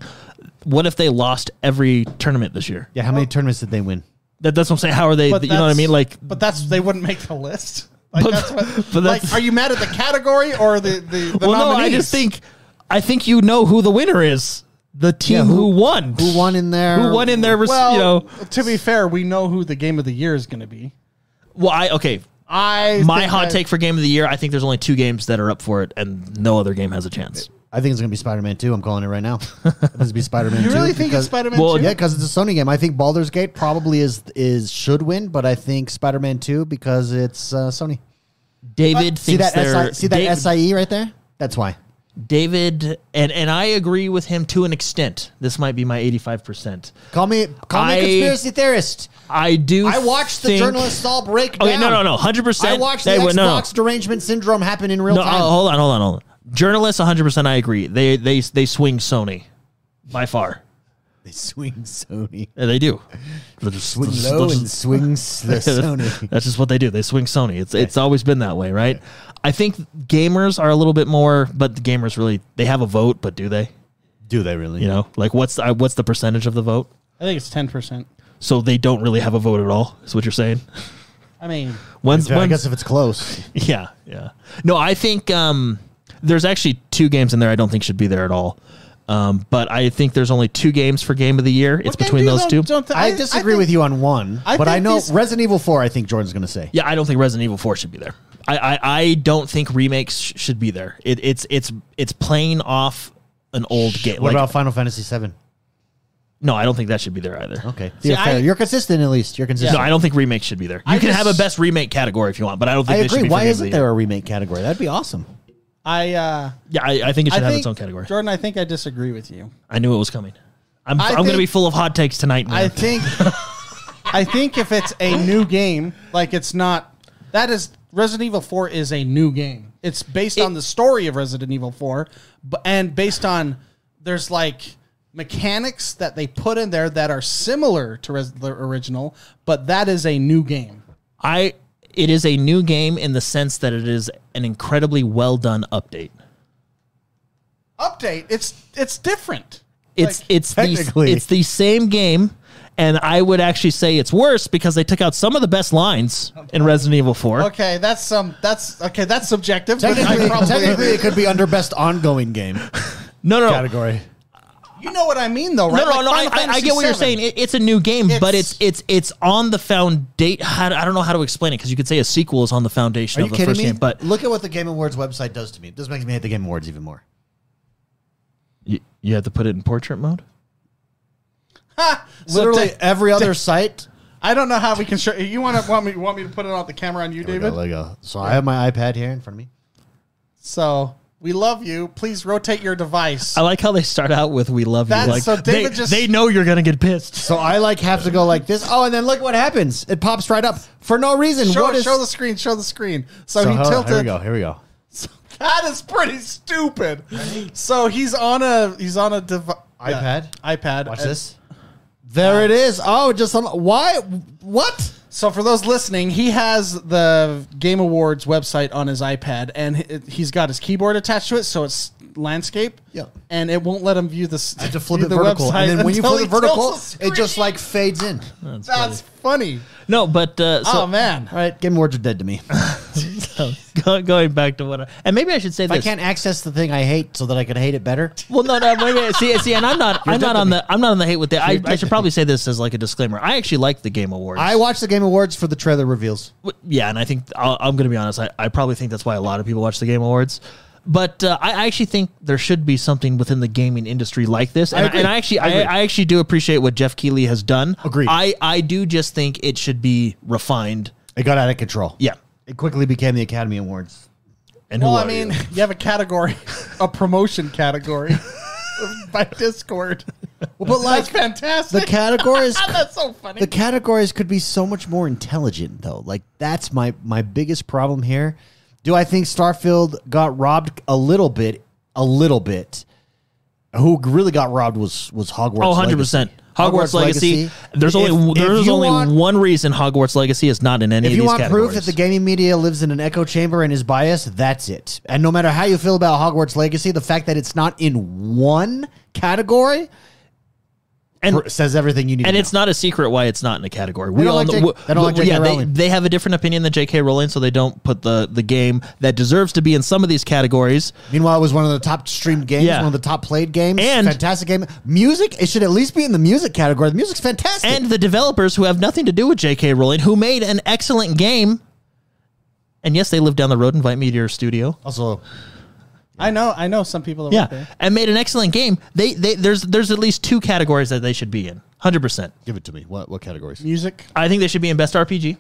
Speaker 2: What if they lost every tournament this year?
Speaker 1: Yeah, how many tournaments did they win?
Speaker 2: That, that's what I'm saying. How are they?
Speaker 3: But
Speaker 2: You know what I
Speaker 3: that's-
Speaker 2: mean? Like,
Speaker 3: but that's they wouldn't make the list. Like
Speaker 2: But-
Speaker 3: that's what.
Speaker 2: but
Speaker 3: like,
Speaker 2: that's-
Speaker 3: are you mad at the category or the the, the
Speaker 2: well, no, I
Speaker 3: nominees?
Speaker 2: just think, I think you know who the winner is. The team
Speaker 1: Yeah,
Speaker 2: who,
Speaker 1: who-
Speaker 2: won.
Speaker 1: Who won in there?
Speaker 2: Who won in their? res-
Speaker 3: Well,
Speaker 2: you know.
Speaker 3: to be fair, we know who the game of the year is going to be.
Speaker 2: Well, I okay.
Speaker 3: I
Speaker 2: My
Speaker 3: think
Speaker 2: hot
Speaker 3: I-
Speaker 2: take for game of the year. I think there's only two games that are up for it, and no other game has a chance.
Speaker 1: I think it's gonna be Spider Man Two. I'm calling it right now. it's gonna be Spider Man.
Speaker 3: You really think it's Spider Man?
Speaker 2: well,
Speaker 3: two?
Speaker 1: Yeah, because it's a Sony game. I think Baldur's Gate probably is is should win, but I think Spider Man Two because it's uh, Sony.
Speaker 2: David thinks
Speaker 1: See that
Speaker 2: they're
Speaker 1: SI, see that
Speaker 2: Da-
Speaker 1: SIE right there? That's why.
Speaker 2: David and and I agree with him to an extent. This might be my 85. percent
Speaker 1: Call me call me
Speaker 2: I-
Speaker 1: a conspiracy theorist.
Speaker 2: I do.
Speaker 1: I watched the
Speaker 2: think-
Speaker 1: journalists all break down.
Speaker 2: Okay, no, no, no, hundred percent.
Speaker 1: I watched the Xbox derangement syndrome happen in real
Speaker 2: No,
Speaker 1: time.
Speaker 2: uh, hold on, hold on, hold on. Journalists, 100. percent I agree. They they they swing Sony by far.
Speaker 1: They swing Sony.
Speaker 2: Yeah, they do.
Speaker 1: Swing low and swing s- the Sony.
Speaker 2: That's just what they do. They swing Sony. It's it's always been that way, right? I think gamers are a little bit more, but the gamers really they have a vote, but do they?
Speaker 1: Do they really?
Speaker 2: You know, like what's I, what's the percentage of the vote?
Speaker 3: I think it's ten percent.
Speaker 2: So they don't really have a vote at all. Is what you're saying?
Speaker 3: I mean,
Speaker 2: When's,
Speaker 1: I
Speaker 2: when's-
Speaker 1: guess if it's close.
Speaker 2: Yeah, yeah. No, I think um, there's actually two games in there I don't think should be there at all. Um, but I think there's only two games for game of the year. It's
Speaker 3: what game
Speaker 2: between
Speaker 3: do you
Speaker 2: those
Speaker 3: don't-
Speaker 2: two.
Speaker 3: don't-
Speaker 1: I, disagree
Speaker 3: think-
Speaker 1: with you on one,
Speaker 3: I
Speaker 1: but I
Speaker 3: think
Speaker 1: know
Speaker 3: these-
Speaker 1: Resident Evil 4, I think Jordan's going to say.
Speaker 2: Yeah, I don't think Resident Evil 4 should be there. I I, I don't think remakes sh- should be there. It, it's it's it's playing off an old game.
Speaker 1: What
Speaker 2: Like,
Speaker 1: about Final Fantasy 7?
Speaker 2: no, I don't think that should be there either.
Speaker 1: Okay.
Speaker 3: See,
Speaker 1: You're,
Speaker 3: I-
Speaker 1: fair. You're consistent, at least. You're
Speaker 2: No,
Speaker 1: consistent.
Speaker 2: I don't think remakes should be there. You
Speaker 3: I
Speaker 2: can have a
Speaker 3: just-
Speaker 2: best remake category if you want, but I don't
Speaker 1: I,
Speaker 2: think they should
Speaker 1: agree.
Speaker 2: be for
Speaker 1: Why
Speaker 2: game of
Speaker 1: isn't
Speaker 2: the year.
Speaker 1: there a remake category? That'd be awesome.
Speaker 3: I uh,
Speaker 2: Yeah, I, I think it
Speaker 3: I
Speaker 2: should have
Speaker 3: think
Speaker 2: its own category.
Speaker 3: Jordan, I think I disagree with you.
Speaker 2: I knew it was coming. I'm,
Speaker 3: I
Speaker 2: I'm going to
Speaker 3: think-
Speaker 2: be full of hot takes tonight. Man.
Speaker 3: I think I think if it's a new game, like it's not that is Resident Evil 4 is a new game. It's based on the story of Resident Evil 4 but, and based on there's like mechanics that they put in there that are similar to Res- the original, but that is a new game.
Speaker 2: I it is a new game in the sense that it is an incredibly well done update.
Speaker 3: Update. It's it's different.
Speaker 2: It's
Speaker 3: Like,
Speaker 2: it's the,
Speaker 1: technically-
Speaker 2: it's the same game, and I would actually say it's worse because they took out some of the best lines in Resident Evil Four.
Speaker 3: okay, that's some that's okay, that's subjective. but I
Speaker 1: Technically,
Speaker 3: probably
Speaker 1: technically
Speaker 3: agree.
Speaker 1: it could be under best ongoing game
Speaker 2: No, no, no.
Speaker 1: category.
Speaker 3: you know what I mean though, right?
Speaker 2: No, no,
Speaker 3: Like
Speaker 2: no. I,
Speaker 3: Final
Speaker 2: I, I
Speaker 3: Fantasy
Speaker 2: get what you're
Speaker 3: VII.
Speaker 2: saying. It, it's a new game, but
Speaker 3: It's-
Speaker 2: it's it's it's on the foundation. I don't know how to explain it because you could say a sequel is on the foundation
Speaker 1: Are you
Speaker 2: of the
Speaker 1: kidding
Speaker 2: first
Speaker 1: me?
Speaker 2: game. But
Speaker 1: look at what the Game Awards website does to me. This makes me hate the Game Awards even more.
Speaker 2: you, you have to put it in portrait mode.
Speaker 3: Ha! So
Speaker 1: Literally
Speaker 3: da-
Speaker 1: every other site.
Speaker 3: I don't know how we can show you want to want me want me to put it on the camera on you,
Speaker 1: There we
Speaker 3: David.
Speaker 1: go, there we go. So I have my iPad here in front of me.
Speaker 3: So we love you. Please rotate your device.
Speaker 1: Uh,
Speaker 2: I like how they start out with "We love
Speaker 3: That's-
Speaker 2: you." Like
Speaker 3: so David
Speaker 2: they,
Speaker 3: just-
Speaker 2: they know you're gonna get pissed.
Speaker 1: So I like have to go like this. Oh, and then look what happens. It pops right up for no reason.
Speaker 3: show,
Speaker 1: what is
Speaker 3: show the screen. Show the screen. So,
Speaker 1: So
Speaker 3: he
Speaker 1: hold on,
Speaker 3: tilted.
Speaker 1: Here we go. Here we go.
Speaker 3: So that is pretty stupid. So he's on a he's on a devi-
Speaker 1: iPad?
Speaker 3: yeah, iPad.
Speaker 1: Watch
Speaker 3: And
Speaker 1: this. There it is. Oh, just some, why? What?
Speaker 3: So for those listening, he has the Game Awards website on his iPad, and he- he's got his keyboard attached to it, so it's landscape.
Speaker 1: Yeah.
Speaker 3: And it won't let him view this.
Speaker 1: I have to flip
Speaker 3: view
Speaker 1: it
Speaker 3: the
Speaker 1: vertical,
Speaker 3: website
Speaker 1: and then when you
Speaker 3: until
Speaker 1: flip it
Speaker 3: he
Speaker 1: vertical,
Speaker 3: tilts the
Speaker 1: it just
Speaker 3: screen.
Speaker 1: like fades in. All
Speaker 3: that's funny.
Speaker 2: No, but uh, so,
Speaker 3: oh man.
Speaker 1: right, Game Awards are dead to me. If
Speaker 2: So, go, going back to what, I, and maybe I should say
Speaker 1: I
Speaker 2: this.
Speaker 1: can't access the thing I hate, so that I could hate it better.
Speaker 2: Well, no, no, maybe, see, see, and I'm not, I'm not on the, I'm not on the hate with the. I, I should probably say this as like a disclaimer. I actually like the Game Awards.
Speaker 1: I watch the Game Awards for the trailer reveals.
Speaker 2: W- yeah, and I think I'll, I'm going to be honest. I, I probably think that's why a lot of people watch the Game Awards. But uh, I I actually think there should be something within the gaming industry like this, and I,
Speaker 1: agree.
Speaker 2: and I actually
Speaker 1: I
Speaker 2: I,
Speaker 1: agree.
Speaker 2: I, actually do appreciate what Jeff Keighley has done.
Speaker 1: Agreed.
Speaker 2: I I do just think it should be refined.
Speaker 1: It got out of control.
Speaker 2: Yeah.
Speaker 1: it quickly became the Academy Awards.
Speaker 2: And
Speaker 3: Well,
Speaker 2: who
Speaker 3: I
Speaker 2: are
Speaker 3: mean,
Speaker 2: you?
Speaker 3: you? have a category, a promotion category by Discord.
Speaker 1: Well, but like
Speaker 3: That's fantastic.
Speaker 1: the categories,
Speaker 3: That's so funny.
Speaker 1: the categories could be so much more intelligent though. Like that's my my biggest problem here. Do I think Starfield got robbed a little bit? A little bit. Who really got robbed was was Hogwarts.
Speaker 2: Oh, 100 percent.
Speaker 1: Legacy.
Speaker 2: Hogwarts, Legacy. There's
Speaker 1: If-
Speaker 2: only
Speaker 1: if
Speaker 2: there's
Speaker 1: you
Speaker 2: only
Speaker 1: want-
Speaker 2: one reason Hogwarts Legacy is not in any
Speaker 1: If
Speaker 2: of
Speaker 1: you
Speaker 2: these
Speaker 1: want
Speaker 2: categories.
Speaker 1: proof that the gaming media lives in an echo chamber and is biased, that's it. And no matter how you feel about Hogwarts Legacy, the fact that it's not in one category
Speaker 2: And-
Speaker 1: pr- says everything you need.
Speaker 2: and
Speaker 1: to
Speaker 2: it's not a secret why it's not in a category. We
Speaker 1: don't like J-
Speaker 2: w-
Speaker 1: they don't like
Speaker 2: w-
Speaker 1: J.K.
Speaker 2: yeah, they,
Speaker 1: Rowling.
Speaker 2: they have a different opinion than J.K. Rowling, so they don't put the the game that deserves to be in some of these categories.
Speaker 1: Meanwhile, it was one of the top streamed games,
Speaker 2: Yeah.
Speaker 1: one of the top played games,
Speaker 2: And-
Speaker 1: fantastic game. Music, it should at least be in the music category. The music's fantastic.
Speaker 2: And the developers who have nothing to do with J.K. Rowling, who made an excellent game, and yes, they live down the road. Invite me to your studio.
Speaker 1: also,
Speaker 3: I know, I know some
Speaker 1: Oh,
Speaker 3: people. That work
Speaker 2: Yeah,
Speaker 3: there.
Speaker 2: and made an excellent game. They they there's there's at least two categories that they should be in. Hundred percent.
Speaker 1: give it to me. What what categories?
Speaker 3: music.
Speaker 2: I think they should be in best RPG.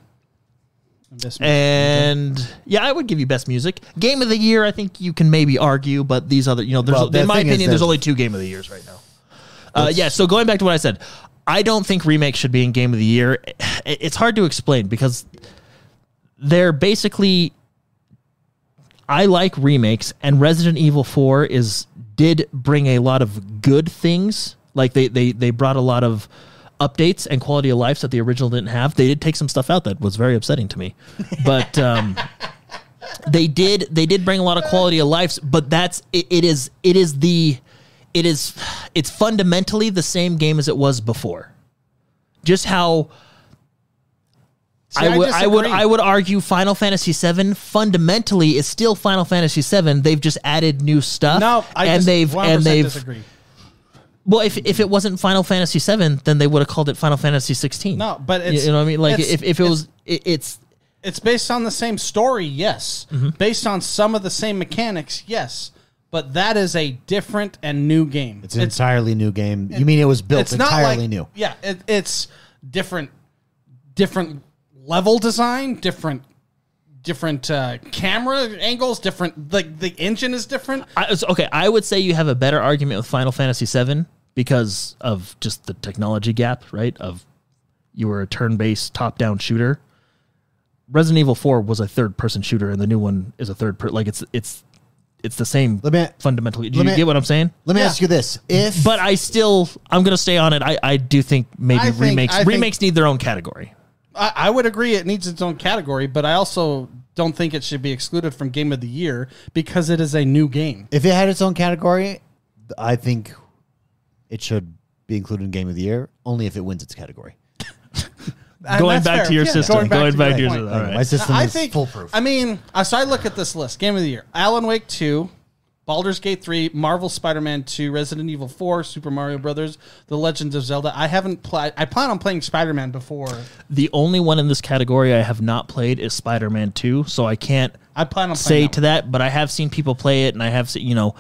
Speaker 3: This
Speaker 2: And yeah, I would give you best music. Game of the year, I think you can maybe argue, but these other, you know, there's
Speaker 1: Well, the
Speaker 2: in my
Speaker 1: thing is
Speaker 2: opinion, there's
Speaker 1: there's-
Speaker 2: only two game of the years right now. Uh, yeah, so going back to what I said, I don't think remake should be in game of the year. I- It's hard to explain because they're basically. I like remakes, and Resident Evil Four is did bring a lot of good things. Like they they they brought a lot of updates and quality of life that the original didn't have. They did take some stuff out that was very upsetting to me, but. Um, they did they did bring a lot of quality of life but that's it, it is it is the it is it's fundamentally the same game as it was before just how
Speaker 3: I
Speaker 2: I would I would
Speaker 3: disagree.
Speaker 2: I would argue Final Fantasy VII fundamentally is still Final Fantasy VII. They've just added new stuff.
Speaker 3: no, I
Speaker 2: and
Speaker 3: dis-
Speaker 2: they've
Speaker 3: 100%
Speaker 2: and they've
Speaker 3: disagree.
Speaker 2: well if, if it wasn't Final Fantasy VII, then they would have called it Final Fantasy sixteen.
Speaker 3: No, but
Speaker 2: you,
Speaker 3: it's,
Speaker 2: know what I mean. Like
Speaker 3: it's-
Speaker 2: if, if it was it, it's
Speaker 3: it's based on the same story, yes.
Speaker 2: Mm-hmm.
Speaker 3: Based on some of the same mechanics, yes. But that is a different and new game.
Speaker 1: It's an entirely new game. you mean it was built
Speaker 3: it's not
Speaker 1: entirely
Speaker 3: like,
Speaker 1: new?
Speaker 3: Yeah, it, it's different, different level design, different, different uh, camera angles, different. Like the engine is different.
Speaker 2: I, it's- okay, I would say you have a better argument with Final Fantasy VII because of just the technology gap, right? Of you were a turn-based top-down shooter. Resident Evil Four was a third person shooter, and the new one is a third per like it's it's it's the same
Speaker 1: Let me-
Speaker 2: fundamentally. Do
Speaker 1: let
Speaker 2: you
Speaker 1: me-
Speaker 2: get what I'm saying?
Speaker 1: Let me
Speaker 3: Yeah.
Speaker 1: ask you this: If
Speaker 2: But I still I'm gonna stay on it. I I do think maybe
Speaker 3: I think-
Speaker 2: remakes
Speaker 3: I think-
Speaker 2: remakes need their own category.
Speaker 3: I, I would agree it needs its own category, but I also don't think it should be excluded from Game of the Year because it is a new game.
Speaker 1: if it had its own category, I think it should be included in Game of the Year only if it wins its category.
Speaker 3: And
Speaker 2: going
Speaker 3: that's
Speaker 2: back to your
Speaker 3: Yeah,
Speaker 2: system. Going back, to your
Speaker 3: point.
Speaker 2: system. All
Speaker 1: My
Speaker 2: right.
Speaker 1: system
Speaker 3: I
Speaker 1: is
Speaker 3: think
Speaker 1: foolproof.
Speaker 3: I mean, I so I look at this list: Game of the Year, Alan Wake Two, Baldur's Gate Three, Marvel Spider-Man Two, Resident Evil Four, Super Mario Brothers, The Legends of Zelda. I haven't played. I plan on playing Spider-Man before.
Speaker 2: The only one in this category I have not played is Spider Man Two, so I can't
Speaker 3: I plan on
Speaker 2: say
Speaker 3: playing
Speaker 2: to that. But I have seen people play it, and I have seen you know,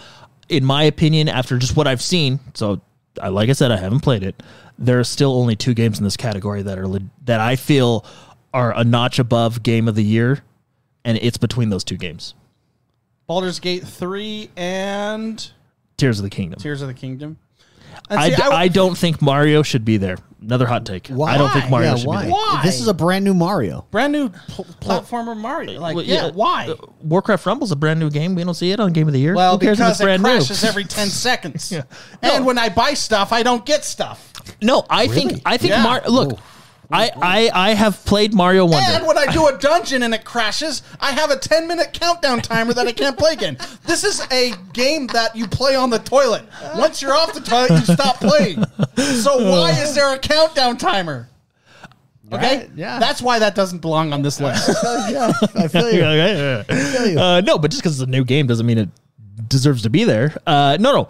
Speaker 2: in my opinion, after just what I've seen. So, I like I said, I haven't played it. There are still only two games in this category that are le- that I feel are a notch above Game of the Year, and it's between those two games,
Speaker 3: Baldur's Gate Three and
Speaker 2: Tears of the Kingdom.
Speaker 3: Tears of the Kingdom. And
Speaker 2: I
Speaker 3: see,
Speaker 2: d-
Speaker 3: I would-
Speaker 2: I don't think Mario should be there. Another hot take. I don't think Mario
Speaker 1: Yeah,
Speaker 2: should
Speaker 1: why?
Speaker 2: be there.
Speaker 3: Why?
Speaker 1: This is a brand new Mario.
Speaker 3: brand new pl- platformer Mario. Like,
Speaker 2: Well,
Speaker 3: yeah, why?
Speaker 2: uh, Warcraft Rumble's a brand new game. We don't see it on Game of the Year.
Speaker 3: Well,
Speaker 2: Who cares if
Speaker 3: because
Speaker 2: it's brand
Speaker 3: it crashes
Speaker 2: new?
Speaker 3: every ten seconds,
Speaker 2: Yeah.
Speaker 3: and when I buy stuff, I don't get stuff.
Speaker 2: no, I think I think
Speaker 3: Yeah.
Speaker 2: Mar- look, I, I I have played Mario Wonder.
Speaker 3: And when I do a dungeon and it crashes, I have a 10 minute countdown timer that I can't play again. This is a game that you play on the toilet. Once you're off the toilet, you stop playing. So why is there a countdown timer? Okay?
Speaker 1: Right, yeah.
Speaker 3: That's why that doesn't belong on this list.
Speaker 1: yeah, I feel
Speaker 2: Yeah,
Speaker 1: you.
Speaker 2: yeah, yeah.
Speaker 1: feel you.
Speaker 2: Uh, no, but just because it's a new game doesn't mean it deserves to be there. Uh, no, no.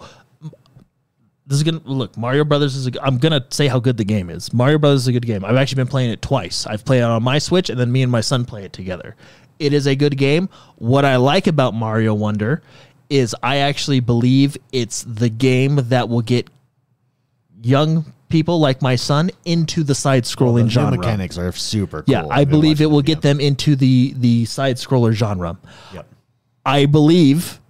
Speaker 2: This is gonna look. Mario Brothers is. A, I'm gonna say how good the game is. Mario Brothers is a good game. I've actually been playing it twice. I've played it on my Switch, and then me and my son play it together. It is a good game. What I like about Mario Wonder is I actually believe it's the game that will get young people like my son into the side-scrolling
Speaker 1: The
Speaker 2: genre.
Speaker 1: new mechanics are super cool.
Speaker 2: Yeah, I believe it will get them into the the side scroller genre. I believe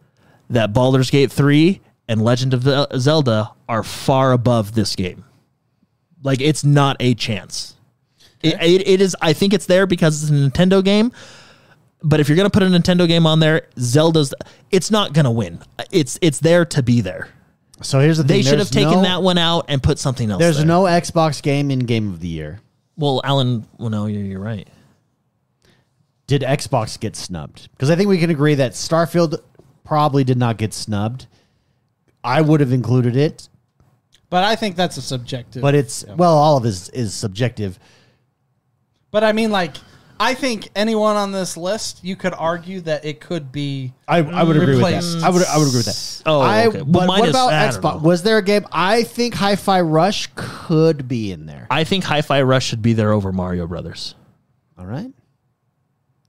Speaker 2: that Baldur's Gate 3 and Legend of Zel- Zelda are far above this game. Like it's not a chance. It, it, it is I think it's there because it's a Nintendo game. But if you're going to put a Nintendo game on there, Zelda's it's not going to win. It's it's there to be there.
Speaker 1: So here's the thing:
Speaker 2: They should have
Speaker 1: there's no-
Speaker 2: taken that one out and put something else
Speaker 1: There's
Speaker 2: there.
Speaker 1: no Xbox game in Game of the Year.
Speaker 2: well, Alan, well no, you're, you're right.
Speaker 1: Did Xbox get snubbed? Because I think we can agree that Starfield probably did not get snubbed. I would have included it,
Speaker 3: But I think that's a subjective.
Speaker 1: but it's well, all of this is subjective.
Speaker 3: but I mean, like, I think anyone on this list, you could argue that it could be.
Speaker 1: I, I would agree with
Speaker 3: Replace-
Speaker 1: that. I would I would agree with that.
Speaker 2: Oh,
Speaker 1: I,
Speaker 2: okay. Well,
Speaker 1: but
Speaker 2: mine
Speaker 1: what
Speaker 2: is-
Speaker 1: about
Speaker 2: I don't
Speaker 1: Xbox?
Speaker 2: know.
Speaker 1: Was there a game? I think Hi-Fi Rush could be in there.
Speaker 2: I think Hi-Fi Rush should be there over Mario Brothers.
Speaker 1: All right.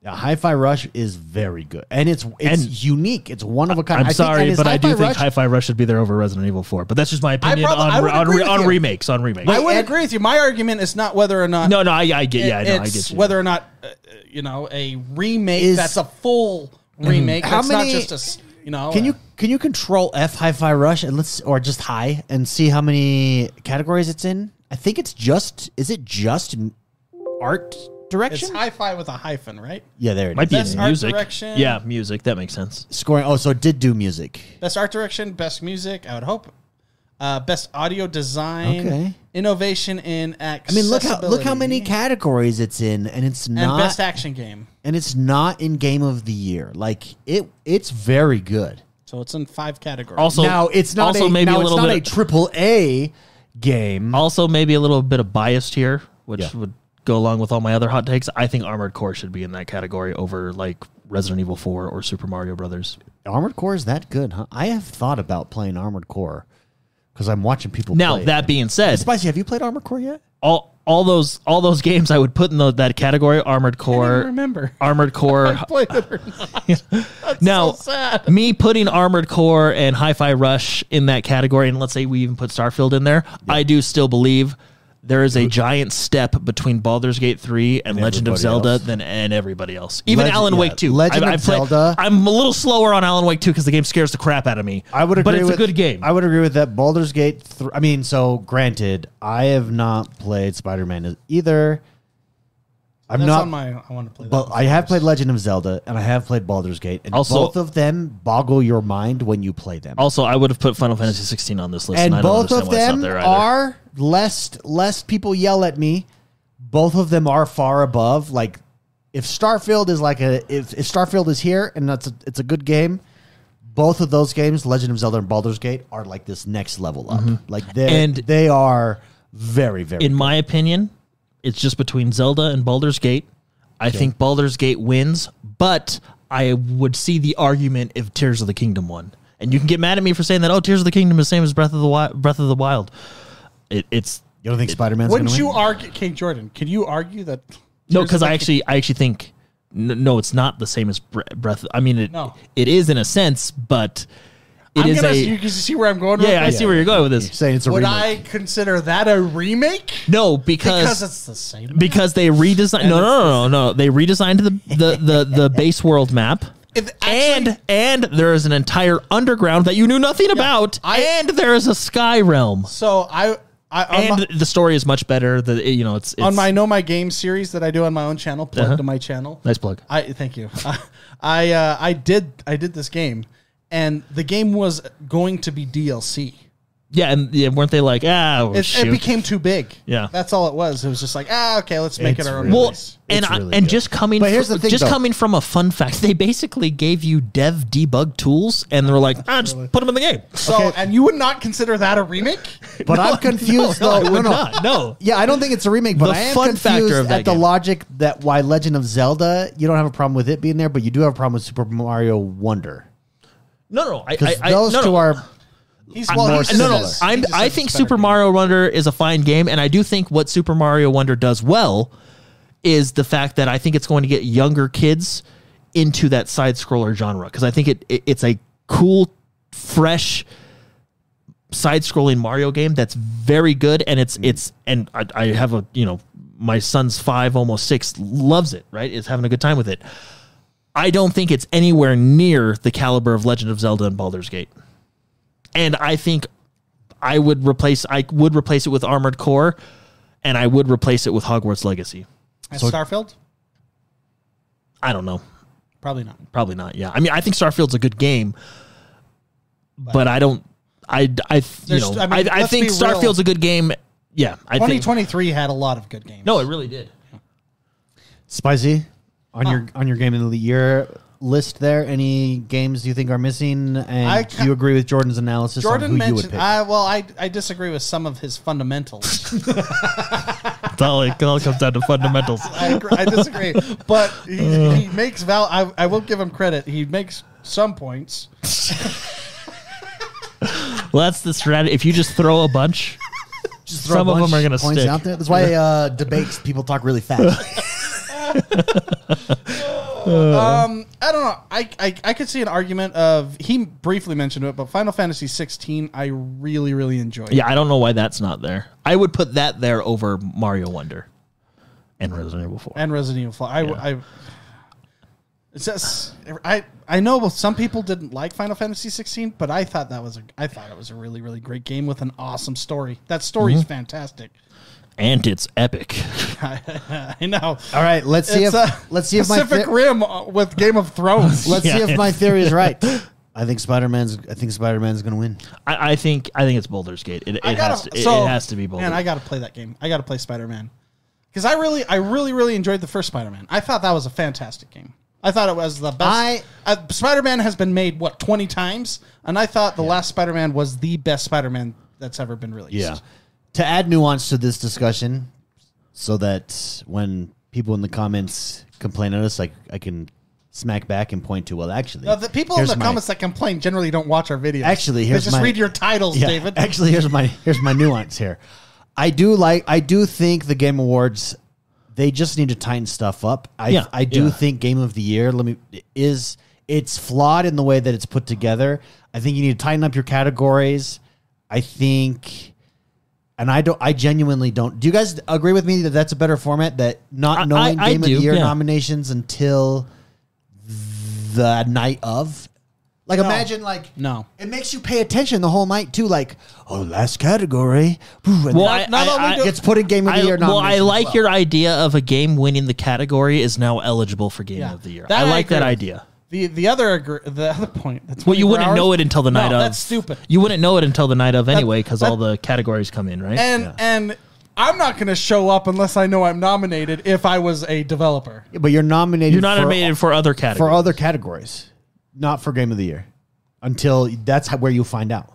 Speaker 1: Yeah, Hi-Fi Rush is very good, and it's it's
Speaker 2: And-
Speaker 1: unique. It's one of a kind.
Speaker 2: I'm
Speaker 1: I think-
Speaker 2: sorry,
Speaker 1: and is
Speaker 2: but I do
Speaker 1: Hi-Fi
Speaker 2: think
Speaker 1: Rush-
Speaker 2: Hi-Fi Rush should be there over Resident Evil 4. But that's just my opinion
Speaker 3: probably- I
Speaker 2: on,
Speaker 3: would
Speaker 2: on,
Speaker 3: agree
Speaker 2: re-
Speaker 3: with
Speaker 2: on
Speaker 3: you.
Speaker 2: remakes. On remakes.
Speaker 3: I would
Speaker 1: Ed-
Speaker 3: agree with you. My argument is not whether or not
Speaker 2: no, no, I, I get. Yeah, I know, I
Speaker 3: it's
Speaker 2: get you.
Speaker 3: whether or not uh, you know a remake
Speaker 1: Is- Mm-hmm.
Speaker 3: that's a full remake.
Speaker 1: How
Speaker 3: How that's
Speaker 1: many-
Speaker 3: not just a s- you know.
Speaker 1: Can
Speaker 3: uh,
Speaker 1: you can you control F Hi-Fi Rush and let's or just high and see how many categories it's in? I think it's just is it just m- art direction?
Speaker 3: It's hi-fi with a hyphen, right?
Speaker 1: yeah, there it
Speaker 2: might be
Speaker 1: is.
Speaker 3: Best
Speaker 2: in
Speaker 3: art
Speaker 2: music.
Speaker 3: direction.
Speaker 2: Yeah, music. That makes sense.
Speaker 1: Scoring. Oh, so it did do music.
Speaker 3: Best art direction, best music. I would hope. Uh, best audio design.
Speaker 1: Okay.
Speaker 3: Innovation in
Speaker 1: I mean, look how look how many
Speaker 3: accessibility,
Speaker 1: categories it's in, and it's
Speaker 3: and
Speaker 1: not
Speaker 3: best action game.
Speaker 1: and it's not in Game of the Year. Like it, it's very good.
Speaker 3: So it's in five categories.
Speaker 2: Also,
Speaker 1: now it's not
Speaker 2: also
Speaker 1: a,
Speaker 2: maybe
Speaker 1: now
Speaker 2: a little
Speaker 1: it's not
Speaker 2: bit.
Speaker 1: a triple A game.
Speaker 2: also, maybe a little bit of biased here, which
Speaker 1: Yeah.
Speaker 2: would go along with all my other hot takes. I think Armored Core should be in that category over like Resident Evil 4 or Super Mario Brothers.
Speaker 1: Armored Core is that good, huh? I have thought about playing Armored Core because I'm watching people.
Speaker 2: Now,
Speaker 1: play it.
Speaker 2: that being said,
Speaker 1: Spicy, have you played Armored Core yet?
Speaker 2: all all those all those games I would put in the, that category: Armored Core,
Speaker 3: remember.
Speaker 2: Armored Core,
Speaker 3: Play it or not.
Speaker 2: Now,
Speaker 3: so sad.
Speaker 2: me putting Armored Core and Hi-Fi Rush in that category, and let's say we even put Starfield in there, I do still believe there is a giant step between Baldur's Gate 3 and, Legend of
Speaker 1: everybody
Speaker 2: Zelda
Speaker 1: else.
Speaker 2: than and everybody else. Even
Speaker 1: Legend-
Speaker 2: Alan
Speaker 1: yeah,
Speaker 2: Wake 2.
Speaker 1: Legend of
Speaker 2: played-
Speaker 1: Zelda.
Speaker 2: I'm a little slower on Alan Wake 2 because the game scares the crap out of me.
Speaker 1: I would agree
Speaker 2: But it's
Speaker 1: with,
Speaker 2: a good game.
Speaker 1: I would agree with that. Baldur's Gate. Th- I mean, so granted, I have not played Spider Man either. I'm
Speaker 3: That's
Speaker 1: not.
Speaker 3: on my. I want to play that.
Speaker 1: but I have played Legend of Zelda and I have played Baldur's Gate, and
Speaker 2: Also-
Speaker 1: both of them boggle your mind when you play them.
Speaker 2: Also, I would have put Final Fantasy 16 on this list, and,
Speaker 1: and
Speaker 2: I don't
Speaker 1: both of
Speaker 2: understand why it's
Speaker 1: them
Speaker 2: not there either.
Speaker 1: are less less people yell at me. Both of them are far above. Like if Starfield is like a if, if Starfield is here and that's a, it's a good game. Both of those games, Legend of Zelda and Baldur's Gate, are like this next level up. Like they and
Speaker 2: Mm-hmm. And-
Speaker 1: they are very very.
Speaker 2: in my opinion, it's just between Zelda and Baldur's Gate. I think Baldur's Gate wins, but I would see the argument if Tears of the Kingdom won. And you can get mad at me for saying that. Oh, Tears of the Kingdom is the same as Breath of the Wild. Breath of the Wild. It, it's
Speaker 1: you don't think Spider Man's going to
Speaker 3: Wouldn't
Speaker 1: win?
Speaker 3: you argue, King Jordan? Can you argue that?
Speaker 2: no,
Speaker 3: Tears
Speaker 2: because
Speaker 3: of
Speaker 2: I
Speaker 3: the
Speaker 2: actually, I actually think n- no, it's not the same as Bre- Breath. I mean, it
Speaker 3: No.
Speaker 2: it is in a sense, but it
Speaker 3: I'm
Speaker 2: is
Speaker 3: gonna,
Speaker 2: a
Speaker 3: you can see where I'm going.
Speaker 2: yeah.
Speaker 3: with
Speaker 2: I
Speaker 3: this?
Speaker 2: see where you're going with this.
Speaker 1: saying it's a
Speaker 3: Would
Speaker 1: remake?
Speaker 3: I consider that a remake?
Speaker 2: No,
Speaker 3: Because it's the same.
Speaker 2: because they redesigned no no no no no they redesigned the the the, the base world map
Speaker 3: If actually-
Speaker 2: and and there is an entire underground that you knew nothing about
Speaker 3: I-
Speaker 2: and there is a sky realm
Speaker 3: so I, I on
Speaker 2: and
Speaker 3: my,
Speaker 2: the story is much better the you know it's, it's
Speaker 3: on my know my game series that I do on my own channel. Plug
Speaker 2: Uh-huh.
Speaker 3: to my channel.
Speaker 2: nice plug
Speaker 3: I thank you. I uh, I did I did this game, and the game was going to be DLC.
Speaker 2: yeah and yeah, weren't they like ah oh,
Speaker 3: It,
Speaker 2: shoot.
Speaker 3: it became too big.
Speaker 2: Yeah.
Speaker 3: that's all it was. It was just like ah okay, let's make
Speaker 1: It's
Speaker 3: it our own.
Speaker 1: really-
Speaker 2: well,
Speaker 3: release.
Speaker 2: and
Speaker 1: It's
Speaker 2: I,
Speaker 1: really
Speaker 2: and
Speaker 1: good.
Speaker 2: just coming,
Speaker 1: But here's
Speaker 2: fr-
Speaker 1: the thing,
Speaker 2: just
Speaker 1: though.
Speaker 2: coming from a fun fact, they basically gave you dev debug tools, and they were like, ah, just put them in the game.
Speaker 3: so and you would not consider that a remake?
Speaker 1: But I'm confused
Speaker 2: No, I
Speaker 1: though. No,
Speaker 2: would
Speaker 1: no.
Speaker 2: not. No,
Speaker 1: Yeah, I don't think it's a remake, but
Speaker 2: The
Speaker 1: I am
Speaker 2: fun
Speaker 1: confused
Speaker 2: factor of that
Speaker 1: at the
Speaker 2: game.
Speaker 1: logic that why Legend of Zelda, you don't have a problem with it being there, but you do have a problem with Super Mario Wonder
Speaker 2: no, no. I, I,
Speaker 1: because
Speaker 2: I,
Speaker 1: those
Speaker 2: no,
Speaker 1: two
Speaker 2: no.
Speaker 1: are.
Speaker 3: He's
Speaker 2: I-
Speaker 1: more
Speaker 2: no, no,
Speaker 3: he
Speaker 2: no.
Speaker 1: similar.
Speaker 3: says-
Speaker 2: I'm,
Speaker 3: he just
Speaker 2: I
Speaker 3: says
Speaker 2: think
Speaker 3: it's a better
Speaker 2: Super
Speaker 3: game.
Speaker 2: Mario Wonder is a fine game, and I do think what Super Mario Wonder does well is the fact that I think it's going to get younger kids into that side scroller genre because I think it, it it's a cool, fresh side scrolling Mario game that's very good, and it's it's and I, I have a you know my son's five almost six loves it right is having a good time with it. I don't think it's anywhere near the caliber of Legend of Zelda and Baldur's Gate and I think I would replace I would replace it with Armored Core, and I would replace it with Hogwarts Legacy.
Speaker 3: And Starfield.
Speaker 2: I don't know,
Speaker 3: Probably not.
Speaker 2: probably not. Yeah, I mean, I think Starfield's a good game, but I don't. I I you
Speaker 3: There's-
Speaker 2: know I,
Speaker 3: I mean,
Speaker 2: I,
Speaker 3: let's
Speaker 2: think
Speaker 3: be real.
Speaker 2: Starfield's a good game. Yeah, I think
Speaker 3: 2023 had a lot of good games.
Speaker 2: no, it really did.
Speaker 1: Spicy on your on your game of the year list. There, any games you think are missing, and
Speaker 3: I
Speaker 1: do you agree with Jordan's analysis on
Speaker 3: Jordan
Speaker 1: who you would
Speaker 3: mentioned.
Speaker 1: pick?
Speaker 3: I, well, I I disagree with some of his fundamentals.
Speaker 2: It's all it all comes down to fundamentals.
Speaker 3: I, agree, I disagree, but he, he makes val. I, I will give him credit. He makes some points.
Speaker 2: Well, that's the strategy. If you just throw a bunch,
Speaker 1: Just throw a
Speaker 2: some of
Speaker 1: bunch
Speaker 2: them are gonna
Speaker 1: points
Speaker 2: stick.
Speaker 1: out there. That's why uh, debates people talk really fast.
Speaker 3: Um, I don't know. I, I I could see an argument of he briefly mentioned it, but Final Fantasy 16, I really really enjoyed.
Speaker 2: yeah, I don't know why that's not there. I would put that there over Mario Wonder and Resident Evil Four.
Speaker 3: and Resident Evil. 4. I I. It's just, I I know some people didn't like Final Fantasy 16, but I thought that was a I thought it was a really really great game with an awesome story. That story
Speaker 1: Mm-hmm.
Speaker 3: is fantastic.
Speaker 2: and it's epic.
Speaker 3: I know.
Speaker 1: All right, Uh, let's see
Speaker 3: It's
Speaker 1: if
Speaker 3: a
Speaker 1: let's see if my
Speaker 3: Pacific
Speaker 1: thi-
Speaker 3: Rim uh, with Game of Thrones.
Speaker 1: let's
Speaker 2: Yeah.
Speaker 1: see if my theory is right. I think Spider Man's. I think Spider Man's going to win.
Speaker 2: I, I think I think it's Boulder's Gate. It, it
Speaker 3: I gotta-
Speaker 2: has to, it,
Speaker 3: so-
Speaker 2: it has to be Boulder.
Speaker 3: Man, I gotta play that game. I gotta play Spider Man because I really, I really, really enjoyed the first Spider Man. I thought that was a fantastic game. I thought it was the best.
Speaker 1: I-
Speaker 3: uh, Spider Man has been made what twenty times, and I thought the last Spider Man was the best Spider Man that's ever been released.
Speaker 1: To add nuance to this discussion, so that when people in the comments complain at us, like I can smack back and point to, well, actually,
Speaker 3: Now, the people
Speaker 1: here's
Speaker 3: in the
Speaker 1: my-
Speaker 3: comments that complain generally don't watch our videos.
Speaker 1: Actually, here's
Speaker 3: they just
Speaker 1: my-
Speaker 3: read your titles,
Speaker 1: yeah,
Speaker 3: David.
Speaker 1: Actually, here's my here's my nuance here. I do like I do think the Game Awards they just need to tighten stuff up. I
Speaker 2: Yeah,
Speaker 1: I do
Speaker 2: yeah.
Speaker 1: think Game of the Year let me is it's flawed in the way that it's put together. I think you need to tighten up your categories. I think and I don't I genuinely don't. Do you guys agree with me that that's a better format that
Speaker 2: I- I-
Speaker 1: not knowing
Speaker 2: I
Speaker 1: Game of
Speaker 2: do,
Speaker 1: the Year
Speaker 2: yeah.
Speaker 1: nominations until the night of Like imagine like
Speaker 3: No.
Speaker 1: it makes you pay attention the whole night too. Like oh, last category. Ooh, and
Speaker 2: Well,
Speaker 1: then
Speaker 2: I- Not only do-
Speaker 1: gets put in game of the
Speaker 2: I,
Speaker 1: year.
Speaker 2: well, I
Speaker 1: nomination as
Speaker 2: like
Speaker 1: well.
Speaker 2: your idea of a game winning the category is now eligible for game
Speaker 3: Yeah.
Speaker 2: of the year.
Speaker 3: That
Speaker 2: I
Speaker 3: I
Speaker 2: like that
Speaker 3: agree with.
Speaker 2: idea.
Speaker 3: The the other agree, the other point. That's
Speaker 2: Well, you wouldn't know it until the night of.
Speaker 3: That's stupid.
Speaker 2: You wouldn't know it until the night of anyway, because
Speaker 3: that-
Speaker 2: all the categories come in, right?
Speaker 3: And
Speaker 2: Yeah.
Speaker 3: and I'm not going to show up unless I know I'm nominated. If I was a developer,
Speaker 1: Yeah, but you're nominated.
Speaker 2: you're not
Speaker 1: for-
Speaker 2: nominated for other categories.
Speaker 1: for other categories, not for game of the year. Until that's how, where you'll find out.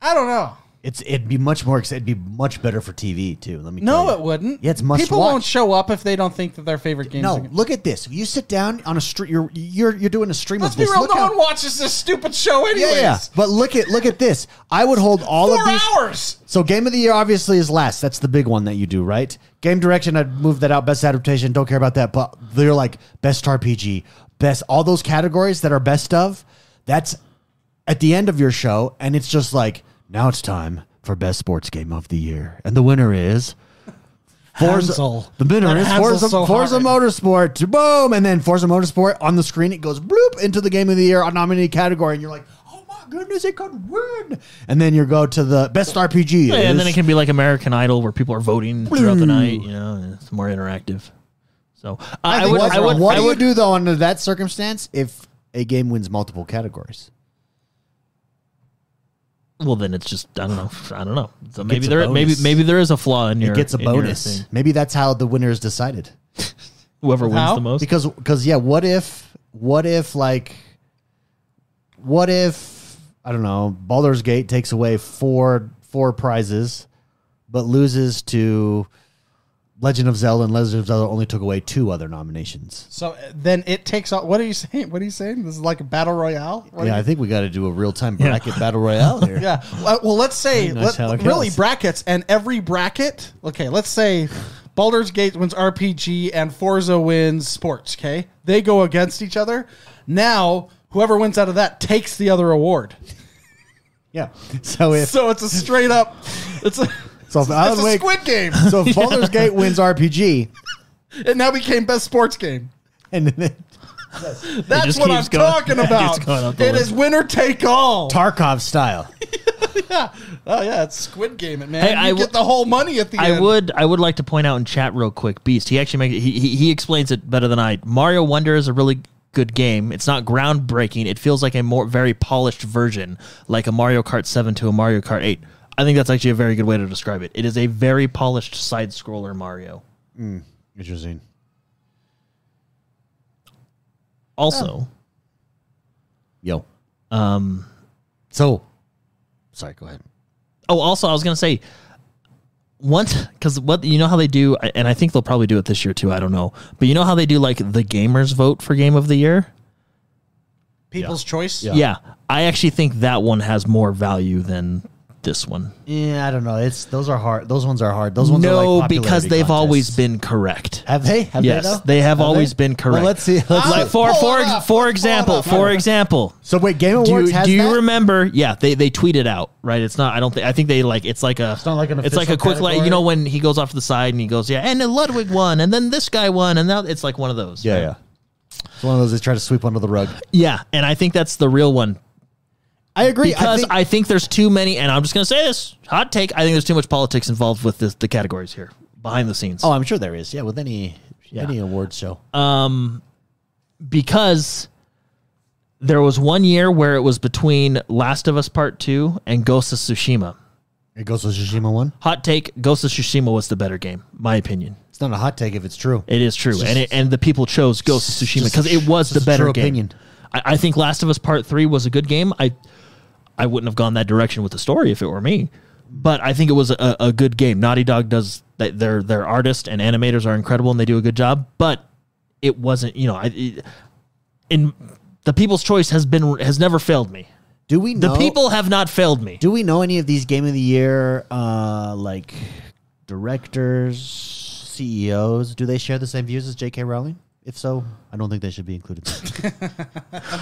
Speaker 3: I don't know.
Speaker 1: It's it'd be much more. It'd be much better for TV too. Let me.
Speaker 3: No,
Speaker 1: tell
Speaker 3: it
Speaker 1: you.
Speaker 3: wouldn't.
Speaker 1: Yeah, it's must
Speaker 3: People won't
Speaker 1: watch.
Speaker 3: show up if they don't think that their favorite game.
Speaker 1: No,
Speaker 3: is a game.
Speaker 1: look at this. You sit down on a street. You're you're you're doing a stream
Speaker 3: Let's
Speaker 1: of
Speaker 3: be
Speaker 1: this.
Speaker 3: real.
Speaker 1: Look
Speaker 3: No
Speaker 1: how-
Speaker 3: one watches this stupid show anyways.
Speaker 1: yeah, yeah. But look at look at this. I would hold all
Speaker 3: Four
Speaker 1: of these.
Speaker 3: hours.
Speaker 1: So game of the year obviously is last. That's the big one that you do, right? Game direction, I'd move that out. Best adaptation, don't care about that. But they're like best RPG, best all those categories that are best of. That's at the end of your show, and it's just like now it's time for best sports game of the year, and the winner is. Forza,
Speaker 3: Hansel.
Speaker 1: the winner
Speaker 3: That
Speaker 1: is
Speaker 3: Hansel's
Speaker 1: Forza,
Speaker 3: so
Speaker 1: Forza
Speaker 3: hard.
Speaker 1: Motorsport. Boom, and then Forza Motorsport on the screen. It goes bloop into the game of the year nominated category, and you're like, "Oh my goodness, it could win!" And then you go to the best RPG,
Speaker 2: Yeah, and then
Speaker 1: is-
Speaker 2: it can be like American Idol, where people are voting throughout the night. You know, and it's more interactive. So I, I
Speaker 1: think
Speaker 2: would,
Speaker 1: what's
Speaker 2: I
Speaker 1: wrong-
Speaker 2: would,
Speaker 1: what
Speaker 2: I
Speaker 1: do
Speaker 2: would,
Speaker 1: you do though under that circumstance if a game wins multiple categories?
Speaker 2: Well, then it's just I don't know. I don't know. So maybe
Speaker 1: a
Speaker 2: there, maybe
Speaker 1: bonus.
Speaker 2: maybe there is a flaw in your.
Speaker 1: It gets a
Speaker 2: in your
Speaker 1: bonus.
Speaker 2: thing.
Speaker 1: Maybe that's how the winner is decided.
Speaker 2: Whoever wins
Speaker 3: How?
Speaker 2: the most.
Speaker 1: Because because yeah, what if what if like what if I don't know, Baldur's Gate takes away four four prizes but loses to Legend of Zelda and Legend of Zelda only took away two other nominations.
Speaker 3: So uh, then it takes out. What are you saying? What are you saying? This is like a battle royale. What are
Speaker 1: yeah,
Speaker 3: you-
Speaker 1: I think we got to do a real time bracket battle royale here.
Speaker 3: Yeah. Well, well, let's say
Speaker 1: That's
Speaker 3: let,
Speaker 1: how it
Speaker 3: really
Speaker 1: goes.
Speaker 3: brackets and every bracket. Okay, let's say Baldur's Gate wins RPG and Forza wins sports. Okay, they go against each other. Now, whoever wins out of that takes the other award.
Speaker 1: Yeah. So if
Speaker 3: So it's a straight up. It's a.
Speaker 1: So if
Speaker 3: it's
Speaker 1: Alan
Speaker 3: a
Speaker 1: Wake,
Speaker 3: Squid Game.
Speaker 1: so if Baldur's Gate wins RPG,
Speaker 3: It now became best sports game.
Speaker 1: and then
Speaker 3: That's
Speaker 2: just
Speaker 3: what I'm
Speaker 2: keeps going-
Speaker 3: talking
Speaker 2: it
Speaker 3: about.
Speaker 2: keeps going up the
Speaker 3: It
Speaker 2: list.
Speaker 3: is winner take all.
Speaker 1: Tarkov style.
Speaker 3: oh yeah, it's Squid Game. It man,
Speaker 2: Hey,
Speaker 3: you
Speaker 2: I w-
Speaker 3: get the whole money at the
Speaker 2: I
Speaker 3: end.
Speaker 2: would I would like to point out in chat real quick, Beast. He actually makes he, he he explains it better than I. Mario Wonder is a really good game. It's not groundbreaking. It feels like a more very polished version, like a Mario Kart Seven to a Mario Kart Eight. I think that's actually a very good way to describe it. It is a very polished side scroller Mario.
Speaker 1: Interesting.
Speaker 2: Also,
Speaker 1: Yo.
Speaker 2: um,
Speaker 1: So, sorry. Go ahead.
Speaker 2: Oh, also, I was gonna say once because what you know how they do, and I think they'll probably do it this year too. I don't know, but you know how they do like the gamers vote for game of the year.
Speaker 3: People's choice.
Speaker 1: Yeah.
Speaker 2: Yeah, I actually think that one has more value than this one.
Speaker 1: Yeah, Eh, I don't know. It's those are hard. Those ones are hard. Those ones are
Speaker 2: no,
Speaker 1: like
Speaker 2: because
Speaker 1: popularity
Speaker 2: they've always
Speaker 1: contests.
Speaker 2: been correct.
Speaker 1: Have they? Have
Speaker 2: yes,
Speaker 1: they,
Speaker 2: they,
Speaker 1: though?
Speaker 2: have
Speaker 1: they?
Speaker 2: always been correct. Ah!
Speaker 1: Well, let's see. Let's
Speaker 2: Like,
Speaker 1: see.
Speaker 2: for
Speaker 3: Pull
Speaker 2: for
Speaker 3: it
Speaker 2: ex-
Speaker 3: up. Pull
Speaker 2: for
Speaker 3: it
Speaker 2: example,
Speaker 3: up.
Speaker 2: for example.
Speaker 1: So wait, Game Awards
Speaker 2: Do you,
Speaker 1: has
Speaker 2: do you
Speaker 1: that?
Speaker 2: remember? Yeah, they they tweeted out right. It's not. I don't think. I think they like. It's like a. It's
Speaker 1: not like an
Speaker 2: It's like a
Speaker 1: official
Speaker 2: quick. Like,
Speaker 1: category?
Speaker 2: you know when he goes off to the side and he goes, yeah, and then Ludwig won, and then this guy won, and now it's like one of those.
Speaker 1: Yeah, yeah. It's one of those they try to sweep under the rug.
Speaker 2: yeah. And I think that's the real one
Speaker 1: I agree.
Speaker 2: because I think, there's too many. And I'm just gonna say this hot take. I think there's too much politics involved with this, the categories here behind the scenes.
Speaker 1: oh, I'm sure there is. Yeah, with any any awards show.
Speaker 2: Um, because there was one year where it was between Last of Us Part Two and Ghost of Tsushima.
Speaker 1: it goes with Tsushima one.
Speaker 2: Hot take: Ghost of Tsushima was the better game, my opinion.
Speaker 1: It's not a hot take if it's true.
Speaker 2: It is true, and it, and the people chose Ghost of Tsushima because it was
Speaker 1: just
Speaker 2: the
Speaker 1: a
Speaker 2: better
Speaker 1: true
Speaker 2: game.
Speaker 1: opinion.
Speaker 2: I, I think Last of Us Part Three was a good game. I I wouldn't have gone that direction with the story if it were me, but I think it was a, a good game. Naughty Dog does they- their their artists and animators are incredible, and they do a good job. But it wasn't, you know, I it, in the People's Choice has been has never failed me.
Speaker 1: Do we
Speaker 2: The
Speaker 1: know
Speaker 2: people have not failed me.
Speaker 1: Do we know any of these game of the year uh, like directors, CEOs? Do they share the same views as J.K. Rowling? If so, I don't think they should be included.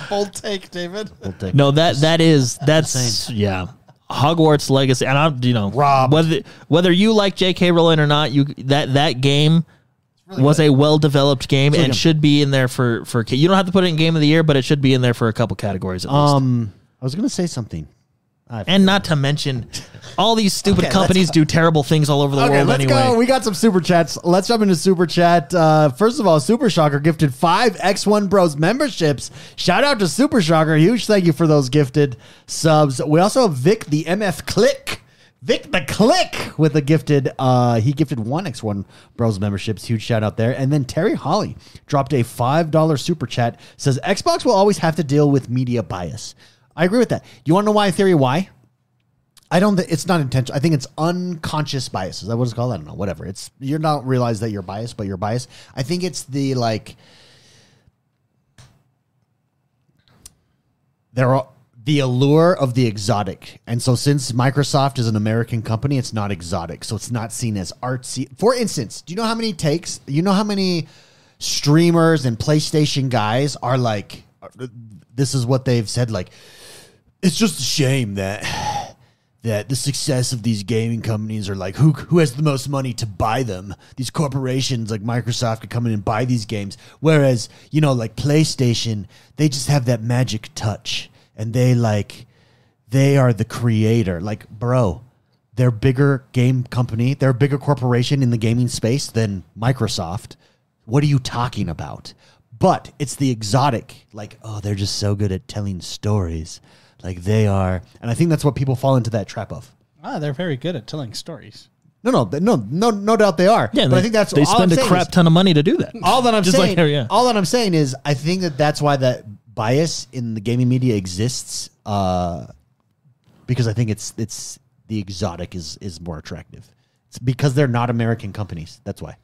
Speaker 3: Bold take, David.
Speaker 1: We'll take-
Speaker 2: No, that that is that's yeah. Hogwarts Legacy, and I'm you know
Speaker 1: Robbed.
Speaker 2: whether whether you like J.K. Rowling or not, you that that game was a well-developed game and should be in there for for you don't have to put it in game of the year, but it should be in there for a couple categories at least.
Speaker 1: Um, I was gonna say something.
Speaker 2: and not to mention, all these stupid companies do terrible things all over the
Speaker 1: Okay,
Speaker 2: world
Speaker 1: let's
Speaker 2: anyway.
Speaker 1: go. We got some super chats. Let's jump into super chat. Uh, first of all, Super Shocker gifted five X1 Bros memberships. Shout out to Super Shocker. Huge thank you for those gifted subs. We also have Vic the MF Click. Vic the Click with a gifted. Uh, he gifted one X1 Bros memberships. Huge shout out there. And then Terry Holly dropped a five dollar super chat. Says Xbox will always have to deal with media bias. I agree with that. You want to know why? Theory why? I don't. Th- it's not intentional. I think it's unconscious bias. Is that what it's called? I don't know. Whatever. It's you're not realize that you're biased, but you're biased. I think it's the like. There are the allure of the exotic, and so since Microsoft is an American company, it's not exotic, so it's not seen as artsy. For instance, do you know how many takes? You know how many streamers and PlayStation guys are like. uh, This is what they've said. Like, it's just a shame that that the success of these gaming companies are like who who has the most money to buy them. These corporations like Microsoft could come in and buy these games, whereas you know like PlayStation, they just have that magic touch, and they like they are the creator. Like bro, they're a bigger game company, they're a bigger corporation in the gaming space than Microsoft. What are you talking about? But it's the exotic, like, oh, they're just so good at telling stories. Like they are. And I think that's what people fall into that trap of.
Speaker 3: Ah, they're very good at telling stories.
Speaker 1: No, no, th- no, no, no doubt they are.
Speaker 2: Yeah,
Speaker 1: but
Speaker 2: they,
Speaker 1: I think that's
Speaker 2: they
Speaker 1: all
Speaker 2: spend
Speaker 1: I'm
Speaker 2: a
Speaker 1: saying
Speaker 2: crap
Speaker 1: is-
Speaker 2: ton of money to do that.
Speaker 1: all that I'm
Speaker 2: Just
Speaker 1: saying,
Speaker 2: like, yeah.
Speaker 1: all that I'm saying is, I think that that's why that bias in the gaming media exists, uh, because I think it's it's the exotic is is more attractive. It's because they're not American companies. That's why.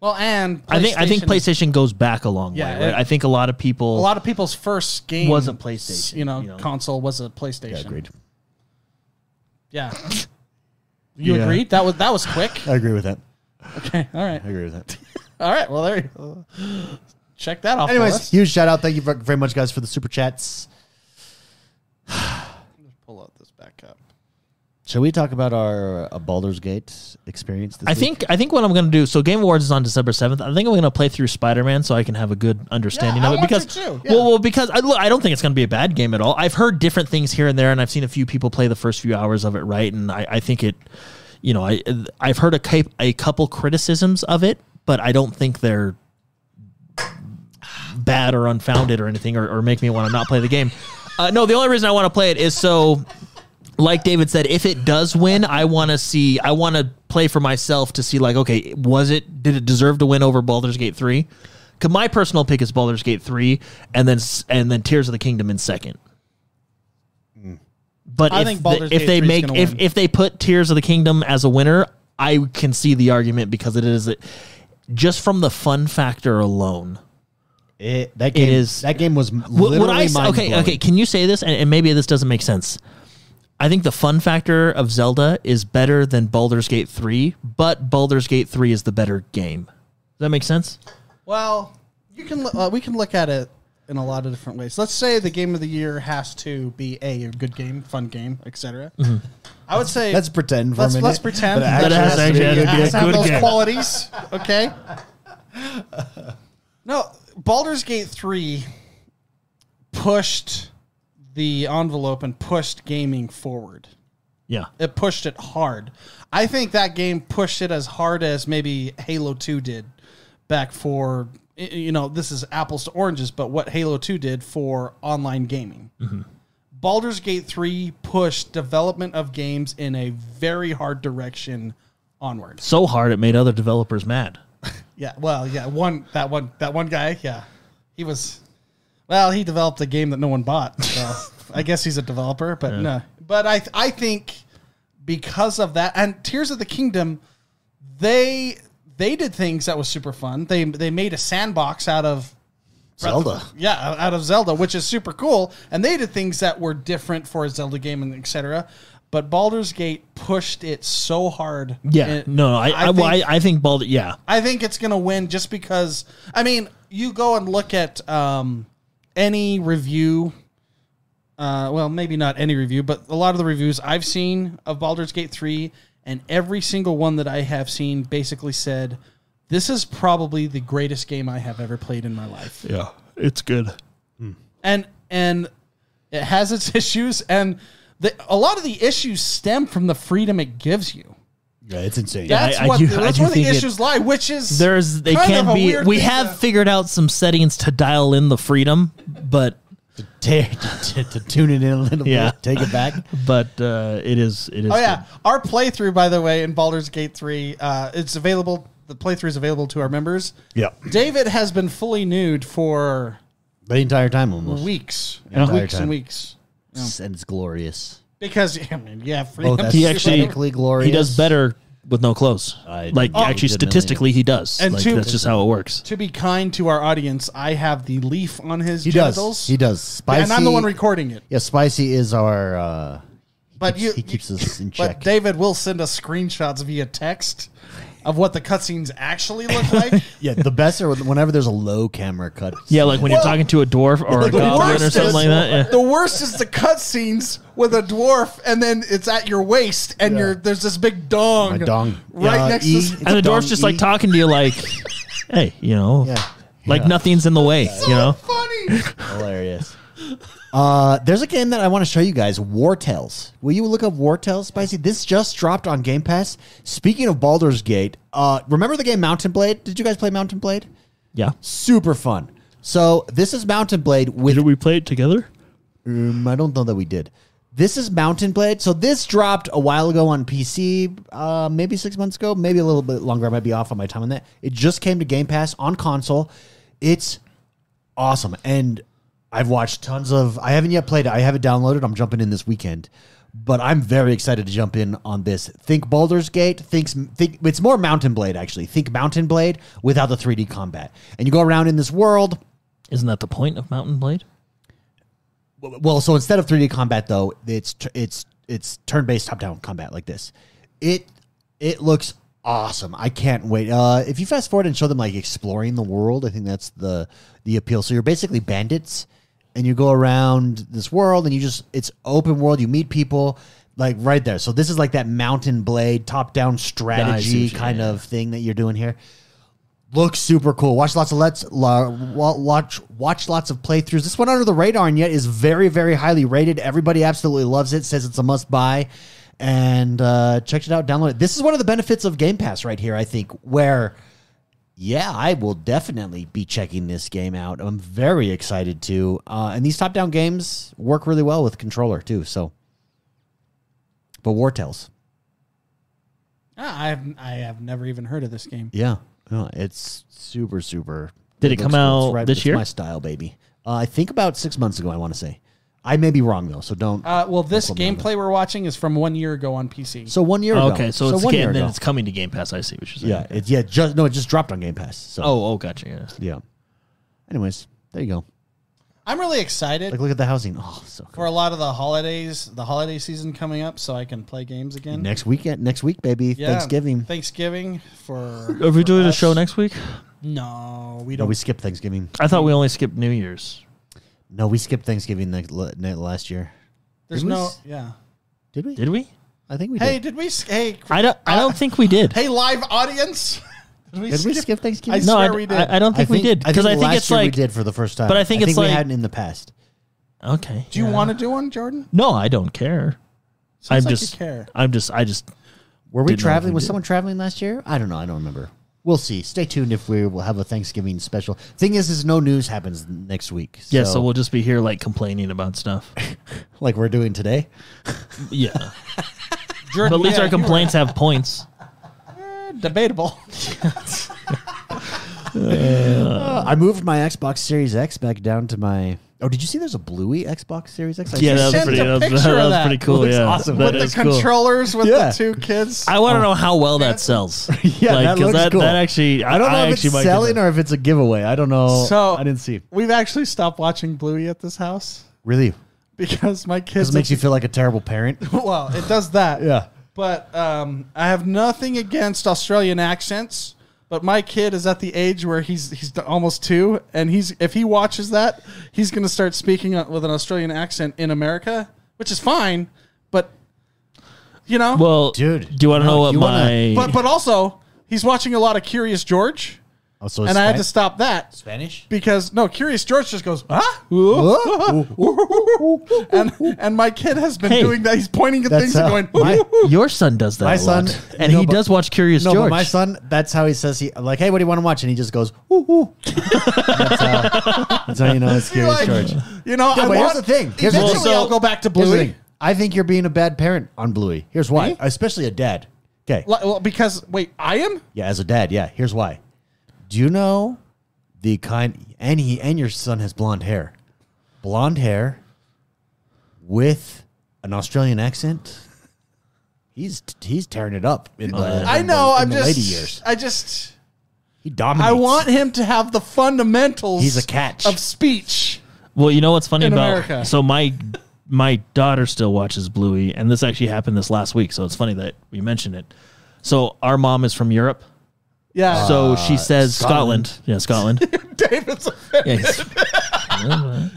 Speaker 3: Well, and
Speaker 2: I think I think
Speaker 3: PlayStation.
Speaker 2: PlayStation goes back a long
Speaker 3: Yeah,
Speaker 2: way. Right?
Speaker 3: it-
Speaker 2: I think a lot of people
Speaker 3: a lot of people's first game
Speaker 2: Was a PlayStation,
Speaker 3: You know,
Speaker 2: you know.
Speaker 3: console was a PlayStation.
Speaker 1: agreed.
Speaker 3: Yeah. You
Speaker 1: Yeah.
Speaker 3: agreed? That was that was quick.
Speaker 1: I agree with that.
Speaker 3: okay. All right.
Speaker 1: I agree with that.
Speaker 3: All right. Well, there you go. Check that off. the
Speaker 1: Anyways,
Speaker 3: list.
Speaker 1: huge shout out. Thank you ver- very much, guys, for the super chats.
Speaker 3: pull out this back up.
Speaker 1: Shall we talk about our uh, Baldur's Gate experience? This
Speaker 2: I
Speaker 1: week?
Speaker 2: think I think what I'm going to do. So Game Awards is on December 7th. I think I'm going to play through Spider-Man so I can have a good understanding
Speaker 3: Yeah, I
Speaker 2: of it
Speaker 3: want to
Speaker 2: because
Speaker 3: too, yeah.
Speaker 2: well, well because I look, I don't think it's going to be a bad game at all. I've heard different things here and there and I've seen a few people play the first few hours of it right and I, I think it you know, I I've heard a cap- a couple criticisms of it, but I don't think they're bad or unfounded or anything or, or make me want to not play the game. Uh, no, the only reason I want to play it is so like David said, if it does win, I want to see. I want to play for myself to see, like, okay, was it? Did it deserve to win over Baldur's Gate three? Because my personal pick is Baldur's Gate three, and then s- and then Tears of the Kingdom in second. But
Speaker 3: Hmm. I
Speaker 2: if,
Speaker 3: think
Speaker 2: the-
Speaker 3: Baldur's
Speaker 2: if
Speaker 3: Gate
Speaker 2: they
Speaker 3: 3 is
Speaker 2: make
Speaker 3: gonna
Speaker 2: if,
Speaker 3: win.
Speaker 2: if they put Tears of the Kingdom as a winner, I can see the argument because it is just from the fun factor alone.
Speaker 1: It- that game
Speaker 2: is-
Speaker 1: that game was
Speaker 2: Wh-
Speaker 1: literally
Speaker 2: s-
Speaker 1: mind
Speaker 2: okay okay can you say this and, and maybe this doesn't make sense i think the fun factor of zelda is better than baldur's gate 3 but baldur's gate 3 is the better game does that make sense
Speaker 3: Well, you can lo- uh, we can look at it in a lot of different ways. Let's say the game of the year has to be a, a good game, fun game, etc. I would say
Speaker 1: Let's pretend for
Speaker 3: let's,
Speaker 1: a minute.
Speaker 3: let's pretend
Speaker 1: But it actually
Speaker 2: has to
Speaker 1: be
Speaker 2: actually
Speaker 1: a
Speaker 2: be
Speaker 1: good
Speaker 3: has to have
Speaker 1: game.
Speaker 3: those qualities. Okay. no, Baldur's Gate three pushed the envelope and pushed gaming forward.
Speaker 2: yeah
Speaker 3: It pushed it hard. I think that game pushed it as hard as maybe Halo Two did back for y- you know this is apples to oranges, but what Halo Two did for online gaming. Baldur's Gate 3 pushed development of games in a very hard direction onward.
Speaker 2: so hard it made other developers mad
Speaker 3: Yeah, well, yeah, one that one that one guy, yeah. He was well, he developed a game that no one bought. So I guess he's a developer, but no. But I I think because of that and Tears of the Kingdom, they they did things that was super fun. They they made a sandbox out of
Speaker 1: Zelda.
Speaker 3: yeah, out of Zelda, which is super cool. And they did things that were different for a Zelda game and etc. But Baldur's Gate pushed it so hard.
Speaker 2: yeah
Speaker 3: It-
Speaker 2: no i i, well, I, I think baldur yeah
Speaker 3: I think it's going to win just because. I mean, you go and look at um, any review. Uh, well, maybe not any review, but a lot of the reviews I've seen of Baldur's Gate 3, and every single one that I have seen basically said This is probably the greatest game I have ever played in my life.
Speaker 2: Yeah, it's good.
Speaker 3: and and it has its issues and the, a lot of the issues stem from the freedom it gives you
Speaker 1: Yeah, it's insane.
Speaker 2: Yeah,
Speaker 3: that's
Speaker 2: I- I
Speaker 3: what
Speaker 2: do-
Speaker 3: the,
Speaker 2: I
Speaker 3: that's
Speaker 2: do
Speaker 3: where the
Speaker 2: think it-
Speaker 3: issues lie which is
Speaker 2: There's they
Speaker 3: kind of
Speaker 2: can
Speaker 3: a
Speaker 2: be.
Speaker 3: weird
Speaker 2: We
Speaker 3: thing
Speaker 2: have
Speaker 3: to-
Speaker 2: figured out some settings to dial in the freedom, but
Speaker 1: To, to, to tune it in a little
Speaker 2: Yeah.
Speaker 1: bit, take it back.
Speaker 2: but uh, it is it is.
Speaker 3: oh yeah our playthrough by the way in Baldur's Gate 3 uh, it's available the playthrough is available to our members
Speaker 1: Yeah,
Speaker 3: David has been fully nude for
Speaker 1: the entire time almost,
Speaker 3: weeks
Speaker 1: Yeah.
Speaker 3: and
Speaker 1: Entire
Speaker 3: weeks
Speaker 1: time.
Speaker 3: and weeks
Speaker 1: and it's glorious.
Speaker 3: because I mean, yeah freedom
Speaker 1: Oh, that's
Speaker 2: He actually-
Speaker 1: technically glorious.
Speaker 2: He does better with no clothes.
Speaker 1: I-
Speaker 2: like
Speaker 1: Oh.
Speaker 2: actually,
Speaker 1: He did
Speaker 2: statistically, he does.
Speaker 3: And
Speaker 2: like,
Speaker 3: two-
Speaker 2: that's just how it works.
Speaker 3: to be kind to our audience I have the leaf on his
Speaker 1: He
Speaker 3: genitals
Speaker 1: does. He does. Spicy.
Speaker 3: and I'm the one recording it
Speaker 1: yeah, spicy is our. Uh,
Speaker 3: But
Speaker 1: keeps-
Speaker 3: you,
Speaker 1: he keeps
Speaker 3: you-
Speaker 1: us in
Speaker 3: but
Speaker 1: check.
Speaker 3: David will send us screenshots via text of what the cutscenes actually look like.
Speaker 1: yeah, the best are whenever there's a low camera cut.
Speaker 2: Yeah, like when you're talking to a dwarf or a
Speaker 1: The
Speaker 2: goblin or
Speaker 1: worst
Speaker 2: something
Speaker 1: is-
Speaker 2: like that. Yeah.
Speaker 3: The worst is the cutscenes with a dwarf, and then it's at your waist, and
Speaker 1: Yeah.
Speaker 3: you're, there's this big dong,
Speaker 1: My dong.
Speaker 3: right
Speaker 1: Yeah,
Speaker 3: next
Speaker 1: E.
Speaker 3: to.
Speaker 1: It's
Speaker 2: and the
Speaker 1: a dumb
Speaker 2: dwarf's just like
Speaker 1: E.
Speaker 2: talking to you like, hey, you know,
Speaker 1: Yeah.
Speaker 2: like
Speaker 1: Yeah.
Speaker 2: nothing's in the way, you know?
Speaker 3: funny.
Speaker 1: Hilarious. Uh, there's a game that I want to show you guys, War Tales. Will you look up War Tales, Spicy? This just dropped on Game Pass. Speaking of Baldur's Gate, uh, remember the game Mountain Blade? Did you guys play Mountain Blade?
Speaker 2: Yeah.
Speaker 1: Super fun. So this is Mountain Blade with.
Speaker 2: Did we play it together?
Speaker 1: Um, I don't know that we did. This is Mountain Blade. So this dropped a while ago on PC, uh, maybe six months ago, maybe a little bit longer. I might be off on my time on that. It just came to Game Pass on console. It's awesome, and I've watched tons of. I haven't yet played it. I have it downloaded. I'm jumping in this weekend, but I'm very excited to jump in on this. Think Baldur's Gate. Thinks think it's more Mountain Blade actually. Think Mountain Blade without the 3D combat, and you go around in this world.
Speaker 2: Isn't that the point of Mountain Blade?
Speaker 1: Well, so instead of 3D combat though, it's it's it's turn-based top-down combat like this. It it looks awesome. I can't wait. Uh, if you fast forward and show them like exploring the world, I think that's the the appeal. So you're basically bandits, and you go around this world, and you just it's open world. You meet people like right there. So this is like that Mountain Blade top-down
Speaker 2: what
Speaker 1: strategy
Speaker 2: you
Speaker 1: kind
Speaker 2: mean,
Speaker 1: of thing that you're doing here looks super cool. Watch lots of let's la, wa- watch watch lots of playthroughs. This went under the radar and yet is very very highly rated. Everybody absolutely loves it. Says it's a must buy, and uh, check it out. Download it. This is one of the benefits of Game Pass right here. I think where. Yeah, I will definitely be checking this game out. I'm very excited to. Uh, and these top down games work really well with controller too. So, but War Tales,
Speaker 3: Ah, I have I have never even heard of this game.
Speaker 1: Yeah, No, it's super, super.
Speaker 2: Did it
Speaker 1: looks
Speaker 2: come
Speaker 1: cool. It's
Speaker 2: out
Speaker 1: right-
Speaker 2: this
Speaker 1: it's
Speaker 2: year?
Speaker 1: My style, baby. Uh, I think about six months ago. I want to say, I may be wrong though, so don't.
Speaker 3: Uh, well, this
Speaker 1: quote me on
Speaker 3: gameplay we're watching is from one year ago on PC.
Speaker 1: so one year ago.
Speaker 2: Oh, okay, so, it's
Speaker 1: one
Speaker 2: again,
Speaker 1: year
Speaker 2: then
Speaker 1: ago.
Speaker 2: it's coming to Game Pass. I see what you're saying.
Speaker 1: yeah, it's yeah, just no, it just dropped on Game Pass. So
Speaker 2: Oh, oh, gotcha. Yeah.
Speaker 1: yeah. Anyways, there you go.
Speaker 3: I'm really excited
Speaker 1: Like, look at the housing. Oh, so cool.
Speaker 3: for a lot of the holidays, the holiday season coming up, so I can play games again.
Speaker 1: next weekend, next week, baby,
Speaker 3: Yeah,
Speaker 1: Thanksgiving.
Speaker 3: Thanksgiving for.
Speaker 2: Are we
Speaker 3: for
Speaker 2: doing a
Speaker 3: us.
Speaker 2: show next week?
Speaker 3: No, we
Speaker 1: no,
Speaker 3: don't.
Speaker 1: we skipped Thanksgiving.
Speaker 2: I thought we only skipped New Year's.
Speaker 1: No, we skipped Thanksgiving next, le- ne- last year.
Speaker 3: there's
Speaker 1: did we
Speaker 3: no.
Speaker 1: s-
Speaker 3: Yeah.
Speaker 1: Did we?
Speaker 2: Did we?
Speaker 1: I think we
Speaker 3: Hey,
Speaker 1: did.
Speaker 3: did we? s- Hey,
Speaker 2: I don't. I
Speaker 1: Uh,
Speaker 2: don't think we did.
Speaker 3: hey, live audience. Did we,
Speaker 1: Did we
Speaker 3: skip-
Speaker 1: skip Thanksgiving?
Speaker 3: I
Speaker 2: no, I,
Speaker 3: swear we did.
Speaker 2: I, I don't think, we did because I think,
Speaker 1: last
Speaker 2: it's
Speaker 1: year
Speaker 2: like
Speaker 1: we did for the first time.
Speaker 2: but I think it's
Speaker 1: we
Speaker 2: like-
Speaker 1: hadn't in the past.
Speaker 2: okay.
Speaker 3: Do you
Speaker 2: yeah.
Speaker 3: want to do one, Jordan?
Speaker 2: No, I don't care. I'm
Speaker 3: Sounds like you
Speaker 2: just.
Speaker 3: care.
Speaker 2: I'm just. I just.
Speaker 1: Were we
Speaker 2: Didn't know if
Speaker 1: traveling?
Speaker 2: we
Speaker 1: Was
Speaker 2: did.
Speaker 1: someone traveling last year? I don't know. I don't remember. We'll see. Stay tuned if we will have a Thanksgiving special. Thing is, is no news happens next week. So,
Speaker 2: Yeah. So, we'll just be here like complaining about stuff.
Speaker 1: like we're doing today.
Speaker 2: yeah.
Speaker 3: Jordan
Speaker 2: But at least
Speaker 3: yeah,
Speaker 2: our complaints have points.
Speaker 3: you're debatable.
Speaker 1: Uh, I moved my Xbox Series X back down to my. Oh, did you see? There's a bluey Xbox Series X. I
Speaker 2: Yeah, that was
Speaker 3: sent
Speaker 2: pretty.
Speaker 3: a
Speaker 2: That was,
Speaker 3: picture
Speaker 2: that
Speaker 3: of
Speaker 2: was
Speaker 3: that.
Speaker 2: pretty cool.
Speaker 1: Looks
Speaker 2: yeah,
Speaker 1: awesome.
Speaker 2: That
Speaker 1: With
Speaker 3: the
Speaker 2: is cool.
Speaker 3: controllers with
Speaker 1: Yeah.
Speaker 3: the two kids.
Speaker 2: I want to know how well that sells.
Speaker 1: Yeah, that
Speaker 2: Oh. 'cause
Speaker 1: looks
Speaker 2: that,
Speaker 1: cool.
Speaker 2: That actually, I
Speaker 1: I don't know if
Speaker 2: actually
Speaker 1: it's
Speaker 2: might
Speaker 1: selling or if it's a giveaway. I don't know.
Speaker 3: So-
Speaker 1: I didn't see.
Speaker 3: We've actually stopped watching Bluey at this house
Speaker 1: Really,
Speaker 3: because my kids.
Speaker 1: this makes you feel like a terrible parent.
Speaker 3: well, it does that.
Speaker 1: Yeah.
Speaker 3: But um, I have nothing against Australian accents. But my kid is at the age where he's he's almost two, and he's if he watches that, he's going to start speaking with an Australian accent in America, which is fine. But you know,
Speaker 2: Well,
Speaker 1: Dude,
Speaker 2: do you want to
Speaker 1: no,
Speaker 2: know what
Speaker 1: you wanna-
Speaker 2: my?
Speaker 3: but but also He's watching a lot of Curious George,
Speaker 1: Oh, so
Speaker 3: and I had to stop that
Speaker 4: Spanish?
Speaker 3: because no, Curious George just goes ah, Ooh. and and my kid has been
Speaker 2: Hey.
Speaker 3: doing that. He's pointing at
Speaker 1: That's
Speaker 3: things
Speaker 1: how-
Speaker 3: and going.
Speaker 1: my-
Speaker 2: Your son does that.
Speaker 1: My
Speaker 2: a lot.
Speaker 1: son-
Speaker 2: and
Speaker 1: no,
Speaker 2: he
Speaker 1: but-
Speaker 2: does watch Curious
Speaker 1: No,
Speaker 2: George.
Speaker 1: but my son, that's how he says he like, hey, what do you want to watch? And he just goes, ooh, ooh. that's, how, uh, that's how you know it's
Speaker 3: "You're
Speaker 1: Curious
Speaker 3: like,
Speaker 1: George.
Speaker 3: You know,
Speaker 1: Yeah,
Speaker 3: I
Speaker 1: but here's
Speaker 3: want-
Speaker 1: the thing. Here's the
Speaker 3: eventually
Speaker 1: thing.
Speaker 3: I'll go back to
Speaker 1: Here's the
Speaker 3: Bluey.
Speaker 1: thing. I think you're being a bad parent on Bluey. Here's why, especially a dad. Okay.
Speaker 3: Like, well, because wait, I am.
Speaker 1: Yeah, as a dad, yeah. Here's why. Do you know the kind and he and your son has blonde hair. Blonde hair with an Australian accent. He's he's tearing it up in the,
Speaker 2: yeah.
Speaker 3: I
Speaker 1: in
Speaker 3: know.
Speaker 1: the- in
Speaker 3: I'm
Speaker 1: the
Speaker 3: just.
Speaker 1: lady years.
Speaker 3: I just.
Speaker 1: He dominates.
Speaker 3: I want him to have the fundamentals.
Speaker 1: He's a catch.
Speaker 3: of speech.
Speaker 2: Well, you know what's funny
Speaker 3: In
Speaker 2: about
Speaker 3: America.
Speaker 2: so my my daughter still watches Bluey, and this actually happened this last week, so it's funny that you mentioned it. So our mom is from Europe,
Speaker 1: Uh,
Speaker 3: Yeah.
Speaker 2: so she says
Speaker 1: Scotland.
Speaker 2: Uh, Scotland. Yeah, Scotland.
Speaker 3: David's.
Speaker 2: Yeah, he's-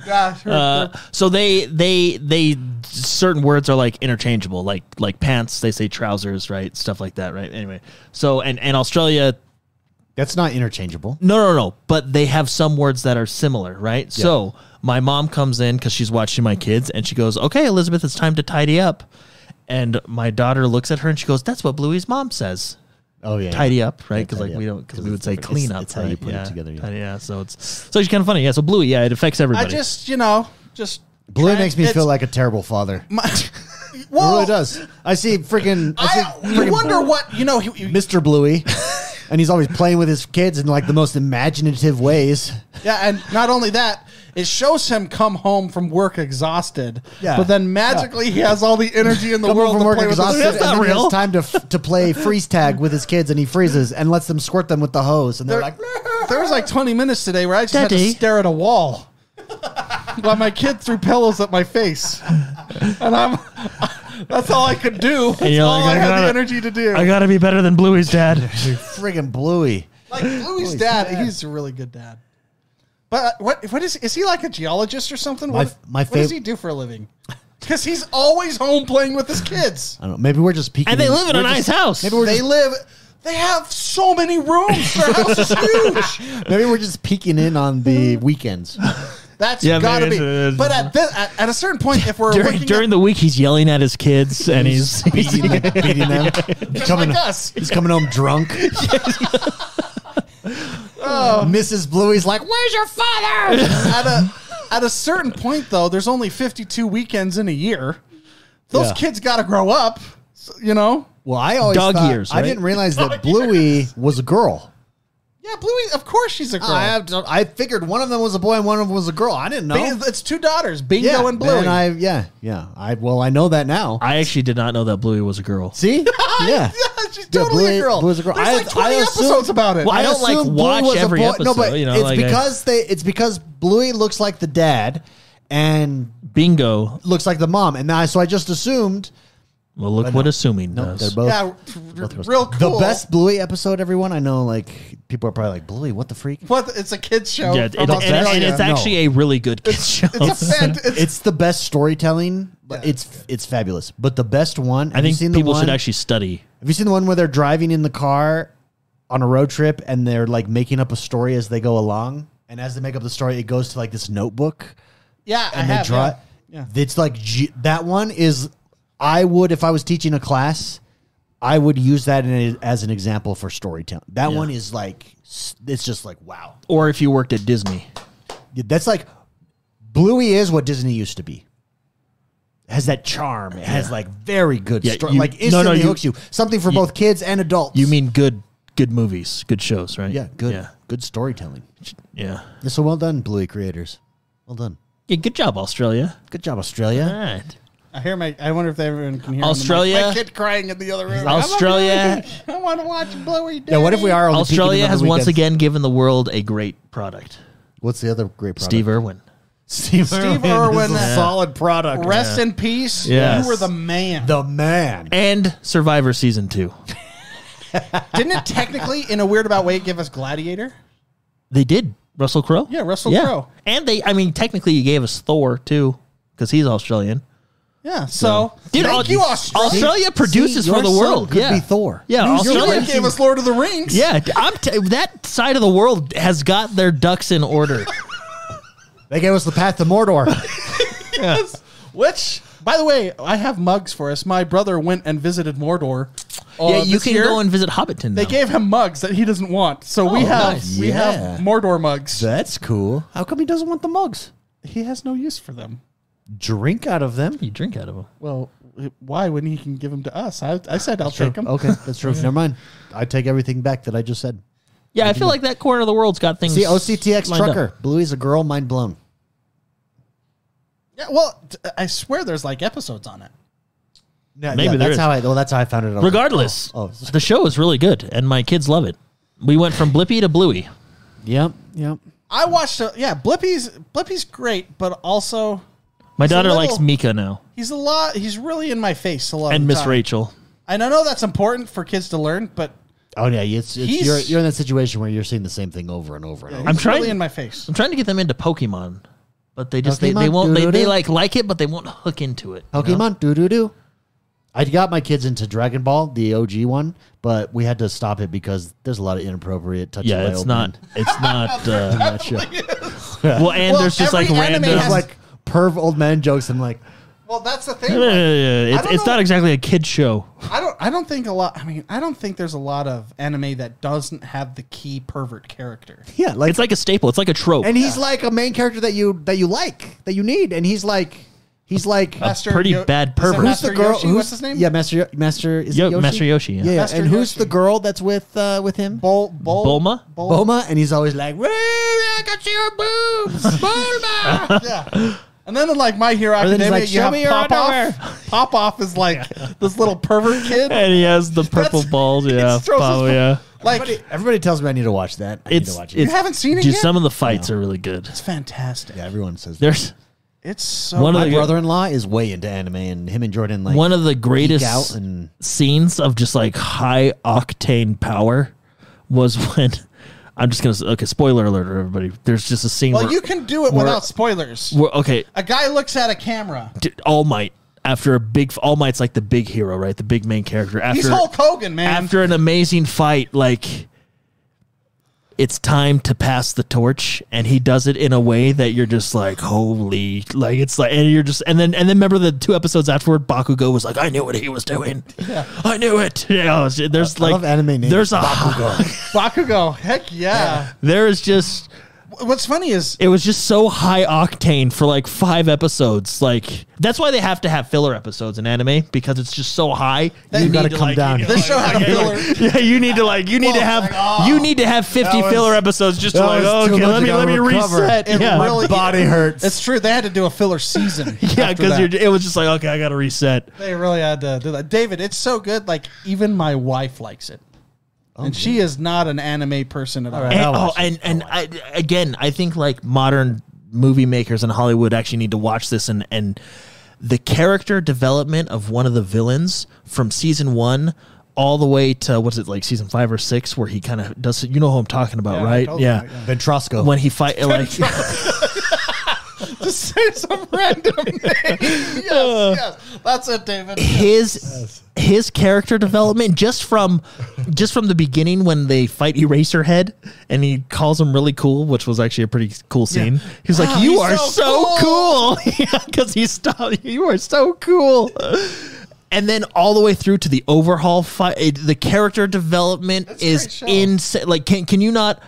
Speaker 3: Gosh, her-
Speaker 2: uh, so they they they certain words are like interchangeable, like like pants. They say trousers, right? Stuff like that, right? Anyway, so and and Australia
Speaker 1: That's not interchangeable.
Speaker 2: No, no, no. But they have some words that are similar, right? So my mom comes in because she's watching my kids and she goes, Okay, Elizabeth, it's time to tidy up. And my daughter looks at her and she goes, That's what Bluey's mom says.
Speaker 1: Oh yeah.
Speaker 2: Tidy up, right? Because
Speaker 1: tidy
Speaker 2: like we
Speaker 1: up,
Speaker 2: don't, because
Speaker 1: 'cause
Speaker 2: we would
Speaker 1: it's
Speaker 2: say
Speaker 1: different.
Speaker 2: clean
Speaker 1: It's-
Speaker 2: up.
Speaker 1: it's how
Speaker 2: right?
Speaker 1: you put it together, yeah.
Speaker 2: Tidy- yeah. So it's so it's kind of funny. Yeah. So Bluey, yeah, it affects
Speaker 3: I
Speaker 2: everybody.
Speaker 3: just, you know, just.
Speaker 1: Blue
Speaker 3: try-
Speaker 1: makes me
Speaker 3: it's
Speaker 1: feel like a terrible father.
Speaker 3: My,
Speaker 1: it
Speaker 3: well,
Speaker 1: really does. I see freaking I see
Speaker 3: I,
Speaker 1: freaking
Speaker 3: I wonder what you know. He, he-
Speaker 1: Mr. Bluey. and he's always playing with his kids in like the most imaginative ways.
Speaker 3: yeah, and not only that, it shows him come home from work exhausted.
Speaker 1: Yeah.
Speaker 3: But then magically, he has all the energy in the
Speaker 1: Come home
Speaker 3: world
Speaker 1: from
Speaker 3: to
Speaker 1: work
Speaker 3: play with.
Speaker 1: exhausted,
Speaker 3: his-
Speaker 1: and
Speaker 2: That's
Speaker 1: then
Speaker 2: not
Speaker 1: he has
Speaker 2: real.
Speaker 1: time to f- to play freeze tag with his kids, and he freezes and lets them squirt them with the hose, and they're,
Speaker 3: There,
Speaker 1: like,
Speaker 3: there was like 20 minutes today where I just had
Speaker 2: Daddy.
Speaker 3: to stare at a wall. While my kid threw pillows at my face, and I'm—that's all I could do. That's
Speaker 2: you're
Speaker 3: all
Speaker 2: like,
Speaker 3: I,
Speaker 2: I
Speaker 3: had the
Speaker 2: gotta-
Speaker 3: energy to do.
Speaker 2: I gotta be better than Bluey's dad.
Speaker 1: friggin' Bluey.
Speaker 3: Like Louis' dad, he's a really good dad. But uh, what what is is he like a geologist or something?
Speaker 1: My-
Speaker 3: what,
Speaker 1: my
Speaker 3: what does
Speaker 1: fav-
Speaker 3: he do for a living? Because he's always home playing with his kids.
Speaker 1: I don't know. Maybe we're just peeking.
Speaker 2: and they live in a
Speaker 1: we're
Speaker 2: nice
Speaker 1: just-
Speaker 2: house.
Speaker 1: Maybe we're
Speaker 3: They
Speaker 1: just,
Speaker 3: live. They have so many rooms. Their house is huge.
Speaker 1: maybe we're just peeking in on the weekends.
Speaker 3: That's
Speaker 2: Yeah,
Speaker 3: gotta
Speaker 2: maybe
Speaker 3: be.
Speaker 2: it's- it's-
Speaker 3: but at, this, at at a certain point, if we're
Speaker 2: during
Speaker 3: looking
Speaker 2: during the week, he's yelling at his kids and he's
Speaker 1: beating them, beating them. He's
Speaker 3: at,
Speaker 1: coming.
Speaker 3: like us,
Speaker 1: He's coming home drunk.
Speaker 2: Oh.
Speaker 1: Mrs. Bluey's like, "Where's your father?"
Speaker 3: at a at a certain point though, there's only 52 weekends in a year. Those
Speaker 1: Yeah.
Speaker 3: kids gotta grow up. so- you know.
Speaker 1: Well, I always
Speaker 2: Dog
Speaker 1: thought-
Speaker 2: years,
Speaker 1: I
Speaker 2: right?
Speaker 1: didn't realize that Bluey was a girl.
Speaker 3: Yeah, Bluey. Of course, she's a girl.
Speaker 1: I have to- I figured one of them was a boy and one of them was a girl. I didn't know.
Speaker 3: Bing- It's two daughters, Bingo and Bluey.
Speaker 1: And I, yeah, yeah. I well, I know that now.
Speaker 2: I actually did not know that Bluey was a girl.
Speaker 1: See, yeah. Yeah,
Speaker 3: she's totally
Speaker 1: Bluey-
Speaker 3: a girl.
Speaker 1: Bluey's a girl.
Speaker 3: There's
Speaker 1: I-
Speaker 3: like 20
Speaker 1: I assume-
Speaker 3: episodes about it.
Speaker 2: Well, I don't, like,
Speaker 1: assume
Speaker 2: watch
Speaker 1: was a
Speaker 2: every
Speaker 1: boy- No,
Speaker 2: episode,
Speaker 1: but
Speaker 2: you know,
Speaker 1: it's
Speaker 2: like, I-
Speaker 1: because they. It's because Bluey looks like the dad and
Speaker 2: Bingo.
Speaker 1: looks like the mom, and I, so I just assumed.
Speaker 2: Well, look what assuming
Speaker 1: No,
Speaker 2: does.
Speaker 1: they're both.
Speaker 3: yeah, r- real
Speaker 1: The
Speaker 3: cool.
Speaker 1: best Bluey episode, everyone. I know, like people are probably like Bluey. What the freak?
Speaker 3: What? It's a kids show.
Speaker 2: Yeah,
Speaker 3: from
Speaker 2: it- and,
Speaker 3: Australia.
Speaker 2: and it's
Speaker 1: No.
Speaker 2: actually a really good kids show.
Speaker 3: It's a fan. It's,
Speaker 1: It's the best storytelling. but
Speaker 3: Yeah.
Speaker 1: It's it's fabulous. But the best one.
Speaker 2: I
Speaker 1: have you
Speaker 2: think
Speaker 1: seen the
Speaker 2: people
Speaker 1: one,
Speaker 2: should actually study.
Speaker 1: Have you seen the one where they're driving in the car on a road trip and they're like making up a story as they go along? And as they make up the story, it goes to like this notebook
Speaker 3: yeah, I
Speaker 1: and they
Speaker 3: have.
Speaker 1: draw.
Speaker 3: yeah. Yeah.
Speaker 1: It's like g- that one is. I would if I was teaching a class, I would use that in a, as an example for storytelling. That one is like s- it's just like wow.
Speaker 2: Or if you worked at Disney.
Speaker 1: That's like Bluey is what Disney used to be. Has that charm. It has like very good
Speaker 2: Yeah,
Speaker 1: story.
Speaker 2: you-
Speaker 1: like
Speaker 2: no,
Speaker 1: instantly
Speaker 2: no, you-
Speaker 1: hooks you. Something for both kids and adults.
Speaker 2: You mean good good movies, good shows, right?
Speaker 1: Yeah, good,
Speaker 2: Yeah.
Speaker 1: good storytelling.
Speaker 2: Yeah.
Speaker 1: So well done, Bluey creators. Well done.
Speaker 2: Yeah, good job, Australia.
Speaker 1: Good job, Australia.
Speaker 2: All right.
Speaker 3: I hear my. I wonder if everyone can hear.
Speaker 2: Australia-
Speaker 3: on the mic. My kid crying in the other room.
Speaker 2: Australia-
Speaker 3: I want to watch Bluey.
Speaker 1: Yeah, what if we are only peeking
Speaker 2: Australia
Speaker 1: on the
Speaker 2: has once
Speaker 1: weekends?
Speaker 2: again given the world a great product.
Speaker 1: What's the other great product?
Speaker 2: Steve Irwin.
Speaker 1: Steve,
Speaker 3: Steve
Speaker 1: is
Speaker 3: Irwin.
Speaker 1: a
Speaker 3: Yeah.
Speaker 1: solid product.
Speaker 3: Rest in peace.
Speaker 2: Yes.
Speaker 3: You were the man.
Speaker 1: the man.
Speaker 2: And Survivor season two.
Speaker 3: Didn't it technically, in a weird about way, give us Gladiator?
Speaker 2: They did. Russell Crowe?
Speaker 3: Yeah, Russell Crowe.
Speaker 2: And they I mean technically you gave us Thor too, because he's Australian.
Speaker 3: Yeah. So,
Speaker 2: Dude,
Speaker 3: thank
Speaker 2: Aust-
Speaker 3: you, Australia.
Speaker 2: Australia produces
Speaker 1: See,
Speaker 2: for
Speaker 1: your
Speaker 2: the
Speaker 1: son
Speaker 2: world.
Speaker 1: could
Speaker 2: yeah.
Speaker 1: be Thor.
Speaker 2: Yeah,
Speaker 1: Your
Speaker 2: Australia
Speaker 1: son-
Speaker 3: gave us Lord of the Rings.
Speaker 2: Yeah, I'm t- that side of the world has got their ducks in order.
Speaker 1: They gave us the path to Mordor.
Speaker 3: Which, by the way, I have mugs for us. My brother went and visited Mordor. uh,
Speaker 2: yeah, you
Speaker 3: this
Speaker 2: can
Speaker 3: year.
Speaker 2: go and visit Hobbiton.
Speaker 3: They
Speaker 2: though.
Speaker 3: gave him mugs that he doesn't want, so we
Speaker 2: Oh,
Speaker 3: have
Speaker 2: nice.
Speaker 3: we
Speaker 1: Yeah.
Speaker 3: have Mordor mugs.
Speaker 1: That's cool. How come he doesn't want the mugs?
Speaker 3: He has no use for them.
Speaker 1: Drink out of them.
Speaker 2: you drink out of them.
Speaker 3: Well, why when he can give them to us? I, I said I'll take them.
Speaker 1: Okay, that's true. Oh. Never mind. I take everything back that I just said.
Speaker 2: Yeah, I feel like that corner of the world's got things.
Speaker 1: See, OCTX
Speaker 2: lined up.
Speaker 1: trucker. Bluey's a girl, mind blown.
Speaker 3: Yeah, well, t- I swear there's like episodes on it.
Speaker 1: Yeah,
Speaker 2: Maybe there
Speaker 1: that's
Speaker 2: is.
Speaker 1: how I. Well, that's how I found it. out.
Speaker 2: Regardless,
Speaker 1: Oh, oh.
Speaker 2: the show is really good, and my kids love it. We went from Blippy to Bluey.
Speaker 1: Yep. Yep.
Speaker 3: I watched. A, yeah, Blippi's Blippi's great, but also
Speaker 2: My
Speaker 3: It's a
Speaker 2: daughter
Speaker 3: little-
Speaker 2: likes Mika now
Speaker 3: he's a lot. He's really in my face a lot. of
Speaker 2: and
Speaker 3: the
Speaker 2: Miss
Speaker 3: time.
Speaker 2: Rachel.
Speaker 3: And I know that's important for kids to learn, but
Speaker 1: Oh yeah, it's, it's
Speaker 3: He's-
Speaker 1: you're you're in that situation where you're seeing the same thing over and over and over.
Speaker 2: I'm
Speaker 3: he's
Speaker 2: trying-
Speaker 3: really in my face.
Speaker 2: I'm trying to get them into Pokemon, but they just they, they
Speaker 1: Pokemon,
Speaker 2: won't they, they
Speaker 1: doo-doo-doo.
Speaker 2: like like it, but they won't hook into it. you know?
Speaker 1: Pokemon, doo doo doo. I got my kids into Dragon Ball, the OG one, but we had to stop it because there's a lot of inappropriate touching.
Speaker 2: Yeah,
Speaker 1: by
Speaker 2: it's
Speaker 1: old
Speaker 2: not.
Speaker 1: men
Speaker 2: It's not. Uh,
Speaker 1: in that show.
Speaker 2: well, and
Speaker 3: Well,
Speaker 2: there's just
Speaker 3: every
Speaker 2: like
Speaker 3: anime
Speaker 2: random.
Speaker 1: There's
Speaker 3: has-
Speaker 1: like perv old man jokes. I'm like,
Speaker 3: Well, that's the
Speaker 2: Yeah, yeah,
Speaker 3: thing.
Speaker 2: yeah, yeah.
Speaker 3: I
Speaker 2: It's,
Speaker 3: don't
Speaker 2: it's
Speaker 3: know.
Speaker 2: not exactly a kid show.
Speaker 3: I don't. I don't think a lot. I mean, I don't think there's a lot of anime that doesn't have the key pervert character.
Speaker 1: yeah, like
Speaker 2: It's like a staple. It's like a trope.
Speaker 1: and he's like a main character that you that you like that you need, and he's like he's like
Speaker 3: Master
Speaker 2: pretty
Speaker 3: Yo-
Speaker 2: bad
Speaker 3: is it
Speaker 2: pervert.
Speaker 1: who's
Speaker 3: Master
Speaker 1: the girl?
Speaker 3: Yoshi?
Speaker 1: who's,
Speaker 3: What's his name?
Speaker 1: Yeah, Master Yo- Master is
Speaker 2: Yo-
Speaker 1: it Yoshi?
Speaker 2: Master Yoshi, yeah.
Speaker 1: yeah. yeah.
Speaker 3: Master
Speaker 1: and who's
Speaker 3: Yoshi.
Speaker 1: the girl that's with uh with him?
Speaker 3: Bol, Bol,
Speaker 2: Bulma?
Speaker 3: Bol,
Speaker 1: Boma, and he's always like, "Woo, I got your boobs, Bulma."
Speaker 3: Yeah. And then in like My Hero
Speaker 1: then he's
Speaker 3: Academia,
Speaker 1: like,
Speaker 3: you
Speaker 1: "Show
Speaker 3: have
Speaker 1: me your
Speaker 3: Pop
Speaker 1: underwear.
Speaker 3: Off. Pop Off is like this little pervert kid.
Speaker 2: and he has the purple
Speaker 3: That's-
Speaker 2: balls.
Speaker 3: he
Speaker 2: Yeah,
Speaker 3: throws his
Speaker 2: Pablo,
Speaker 3: ball-
Speaker 2: yeah.
Speaker 3: Like
Speaker 1: Everybody tells me I need to watch that. I need
Speaker 2: It's,
Speaker 1: to watch it.
Speaker 2: it's-
Speaker 3: You haven't seen it
Speaker 2: dude,
Speaker 3: yet?
Speaker 2: Some of the fights are really good.
Speaker 3: it's fantastic.
Speaker 1: yeah, everyone says that.
Speaker 2: There's
Speaker 3: It's so
Speaker 2: One of
Speaker 1: My
Speaker 2: the-
Speaker 1: brother-in-law is way into anime, and him and Jordan like
Speaker 2: one of the
Speaker 1: out
Speaker 2: greatest
Speaker 1: and-
Speaker 2: scenes of just like high octane power was when I'm just gonna okay spoiler alert everybody. There's just a scene
Speaker 3: well,
Speaker 2: where,
Speaker 3: you can do it
Speaker 2: we're-
Speaker 3: without spoilers.
Speaker 2: where okay
Speaker 3: A guy looks at a camera.
Speaker 2: d- All Might after a big All Might's like the big hero right the big main character after
Speaker 3: He's Hulk Hogan, man.
Speaker 2: after an amazing fight, like it's time to pass the torch, and he does it in a way that you're just like, holy, like it's like, and you're just, and then, and then remember the two episodes afterward, Bakugo was like, I knew what he was doing, I knew it. Yeah, it was- there's like
Speaker 1: love anime names,
Speaker 2: There's a
Speaker 3: Bakugo, heck yeah.
Speaker 2: there is just
Speaker 3: What's funny is
Speaker 2: it was just so high octane for like five episodes. Like that's why they have to have filler episodes in anime because it's just so high.
Speaker 1: you
Speaker 2: need
Speaker 1: got to
Speaker 2: to,
Speaker 1: come
Speaker 2: like,
Speaker 1: down.
Speaker 3: this show had a filler. oh.
Speaker 2: yeah, you need to like you need to have you need to have 50
Speaker 1: was-
Speaker 2: filler episodes just to
Speaker 1: that
Speaker 2: like
Speaker 1: was too
Speaker 2: okay,
Speaker 1: much
Speaker 2: let me
Speaker 1: ago
Speaker 2: let me
Speaker 1: to recover.
Speaker 2: reset.
Speaker 3: It
Speaker 2: yeah.
Speaker 3: really-
Speaker 1: body hurts.
Speaker 3: It's true. They had to do a filler season.
Speaker 2: yeah,
Speaker 3: after
Speaker 2: cuz
Speaker 3: that.
Speaker 2: it was just like okay, I got to reset.
Speaker 3: They really had to do that. David, it's so good. Like even my wife likes it, and she is not an anime person at all.
Speaker 1: right.
Speaker 2: And,
Speaker 1: I'll
Speaker 2: oh,
Speaker 1: watch
Speaker 2: and and I, again, I think like modern movie makers in Hollywood actually need to watch this and and the character development of one of the villains from season 1 all the way to what's it like season 5 or 6 where he kind of does you know who I'm talking about,
Speaker 3: Yeah, I
Speaker 2: right?
Speaker 3: totally
Speaker 2: Yeah.
Speaker 3: know,
Speaker 1: Ventrosco.
Speaker 2: When he fight like
Speaker 3: Just say some random name. Yes,
Speaker 2: Uh.
Speaker 3: yes, that's it, David.
Speaker 2: his his character development just from just from the beginning when they fight Eraserhead and he calls him really cool, which was actually a pretty cool scene. He's like,
Speaker 3: Wow,
Speaker 2: "You
Speaker 3: he's
Speaker 2: are
Speaker 3: so
Speaker 2: so cool," because he stopped. You are so cool. And then all the way through to the overhaul fight, it- the character development
Speaker 3: a great
Speaker 2: is
Speaker 3: show.
Speaker 2: insane. Like, can can you not?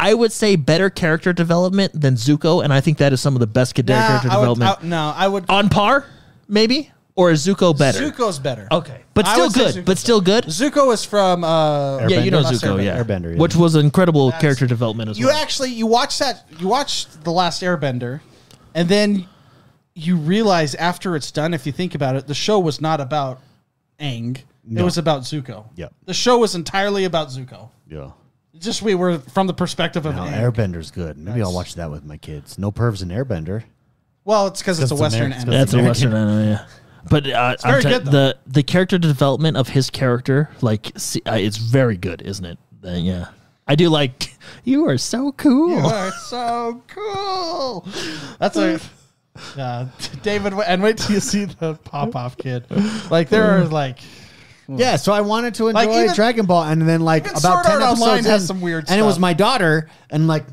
Speaker 2: I would say better character development than Zuko, and I think that is some of the best character
Speaker 3: Nah, I would-
Speaker 2: development
Speaker 3: I- no, I would.
Speaker 2: on par, maybe, or is Zuko better?
Speaker 3: Zuko's better.
Speaker 2: Okay, but
Speaker 3: I
Speaker 2: still
Speaker 3: would say
Speaker 2: good.
Speaker 3: Zuko's
Speaker 2: But still good.
Speaker 3: Zuko is from. Uh,
Speaker 2: Yeah, you know
Speaker 3: Last
Speaker 2: Zuko,
Speaker 3: Airbender.
Speaker 2: yeah.
Speaker 1: Airbender, yeah.
Speaker 2: which was incredible character development as
Speaker 3: You
Speaker 2: well.
Speaker 3: actually you watch that you watch the last Airbender, and then you realize after it's done, if you think about it, the show was not about Aang. It was about Zuko.
Speaker 1: Yep.
Speaker 3: The show was entirely about Zuko.
Speaker 1: yeah.
Speaker 3: Just we were from the perspective of
Speaker 1: No,
Speaker 3: Aang.
Speaker 1: Airbender's good. Maybe I'll watch that with my kids. No pervs in Airbender.
Speaker 3: Well, it's because it's,
Speaker 1: It's
Speaker 3: a Western
Speaker 1: Ameri- it's
Speaker 3: anime.
Speaker 1: good.
Speaker 2: That's a Western anime, yeah. But uh, I'm
Speaker 3: very
Speaker 2: tell-
Speaker 3: good, though.
Speaker 2: the the character development of his character, like, see, uh, it's very good, isn't it? Uh, yeah, I do like. You are so cool.
Speaker 3: You are so cool. That's a Uh, David, wa- and wait till you see the pop off kid. Like there are like
Speaker 1: Yeah, so I wanted to enjoy
Speaker 3: Like, even-
Speaker 1: Dragon Ball, and then like
Speaker 3: even
Speaker 1: about
Speaker 3: Sword
Speaker 1: ten
Speaker 3: Art
Speaker 1: episodes
Speaker 3: Online has
Speaker 1: in,
Speaker 3: some weird
Speaker 1: And it was
Speaker 3: stuff.
Speaker 1: my daughter, and like,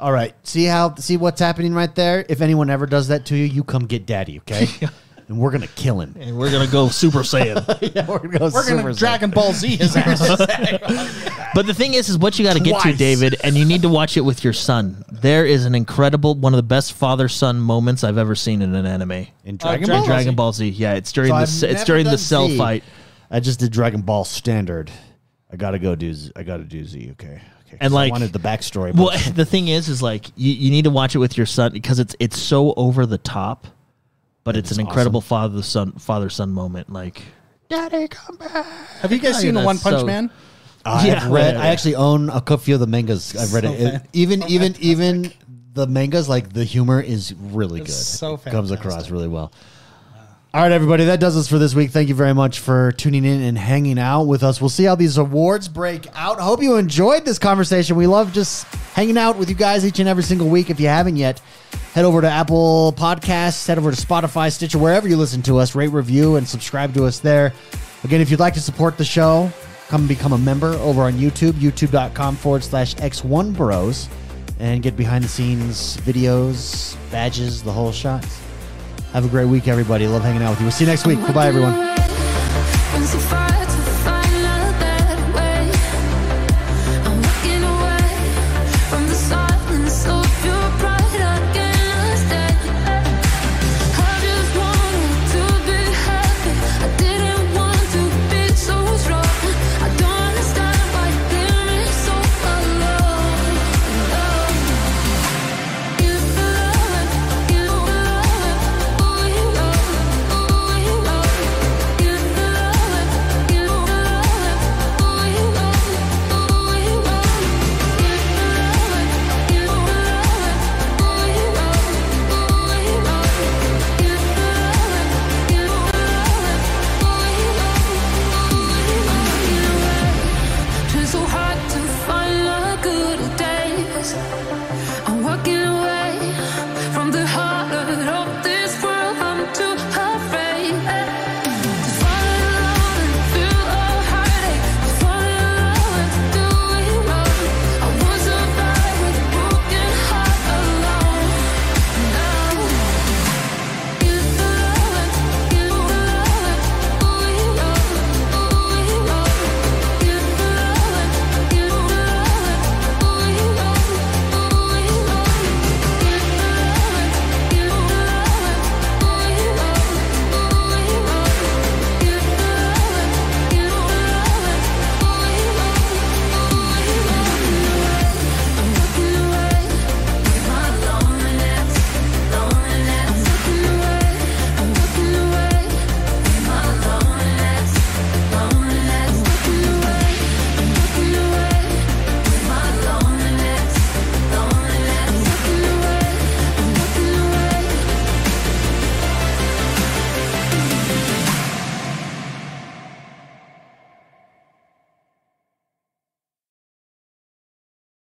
Speaker 1: all right, see how see what's happening right there. If anyone ever does that to you, you come get daddy, okay? and we're gonna kill him.
Speaker 2: and we're gonna go Super Saiyan.
Speaker 1: yeah, we're gonna go
Speaker 3: we're
Speaker 1: Super
Speaker 3: gonna
Speaker 1: Saiyan.
Speaker 3: Dragon Ball Z his ass.
Speaker 2: But the thing is, is what you got to get to,
Speaker 1: Twice.
Speaker 2: David, and you need to watch it with your son. There is an incredible, one of the best father-son moments I've ever seen in an anime.
Speaker 1: in Dragon
Speaker 3: Dra-
Speaker 1: Ball.
Speaker 2: In
Speaker 3: Ball
Speaker 2: Dragon
Speaker 3: Z.
Speaker 2: Ball Z, yeah, it's during
Speaker 1: So
Speaker 2: the
Speaker 1: I've
Speaker 2: s- it's
Speaker 1: never
Speaker 2: during the
Speaker 1: done
Speaker 2: cell
Speaker 1: Z.
Speaker 2: fight,
Speaker 1: I just did Dragon Ball Standard. I gotta go do. Z- I gotta do Z. Okay. okay 'cause
Speaker 2: And,
Speaker 1: I
Speaker 2: like-
Speaker 1: wanted the backstory.
Speaker 2: Well,
Speaker 1: But
Speaker 2: the thing is, is like you, you need to watch it with your son because it's it's so over the top, but it's an incredible father son father son moment. Like, Daddy, come back.
Speaker 3: Have you guys
Speaker 2: Oh, yeah,
Speaker 3: seen the
Speaker 2: that's
Speaker 3: One Punch
Speaker 2: so-
Speaker 3: Man?
Speaker 1: I've
Speaker 2: yeah,
Speaker 1: read.
Speaker 2: yeah,
Speaker 1: I
Speaker 2: yeah.
Speaker 1: actually own a cou- few of the mangas. I've read
Speaker 3: So
Speaker 1: it. It-
Speaker 3: fan-
Speaker 1: Even even even the mangas, like the humor is really
Speaker 3: It's
Speaker 1: good.
Speaker 3: so
Speaker 1: It comes across
Speaker 3: fantastic.
Speaker 1: really well. All right, everybody, that does us for this week. Thank you very much for tuning in and hanging out with us. We'll see how these awards break out. Hope you enjoyed this conversation. We love just hanging out with you guys each and every single week. If you haven't yet, head over to Apple Podcasts, head over to Spotify, Stitcher, wherever you listen to us, rate, review, and subscribe to us there. Again, if you'd like to support the show, come become a member over on YouTube, youtube.com forward slash X1 Bros, and get behind the scenes videos, badges, the whole shot. Have a great week, everybody. Love hanging out with you. We'll see you next week. Goodbye, everyone.
Speaker 4: Been so far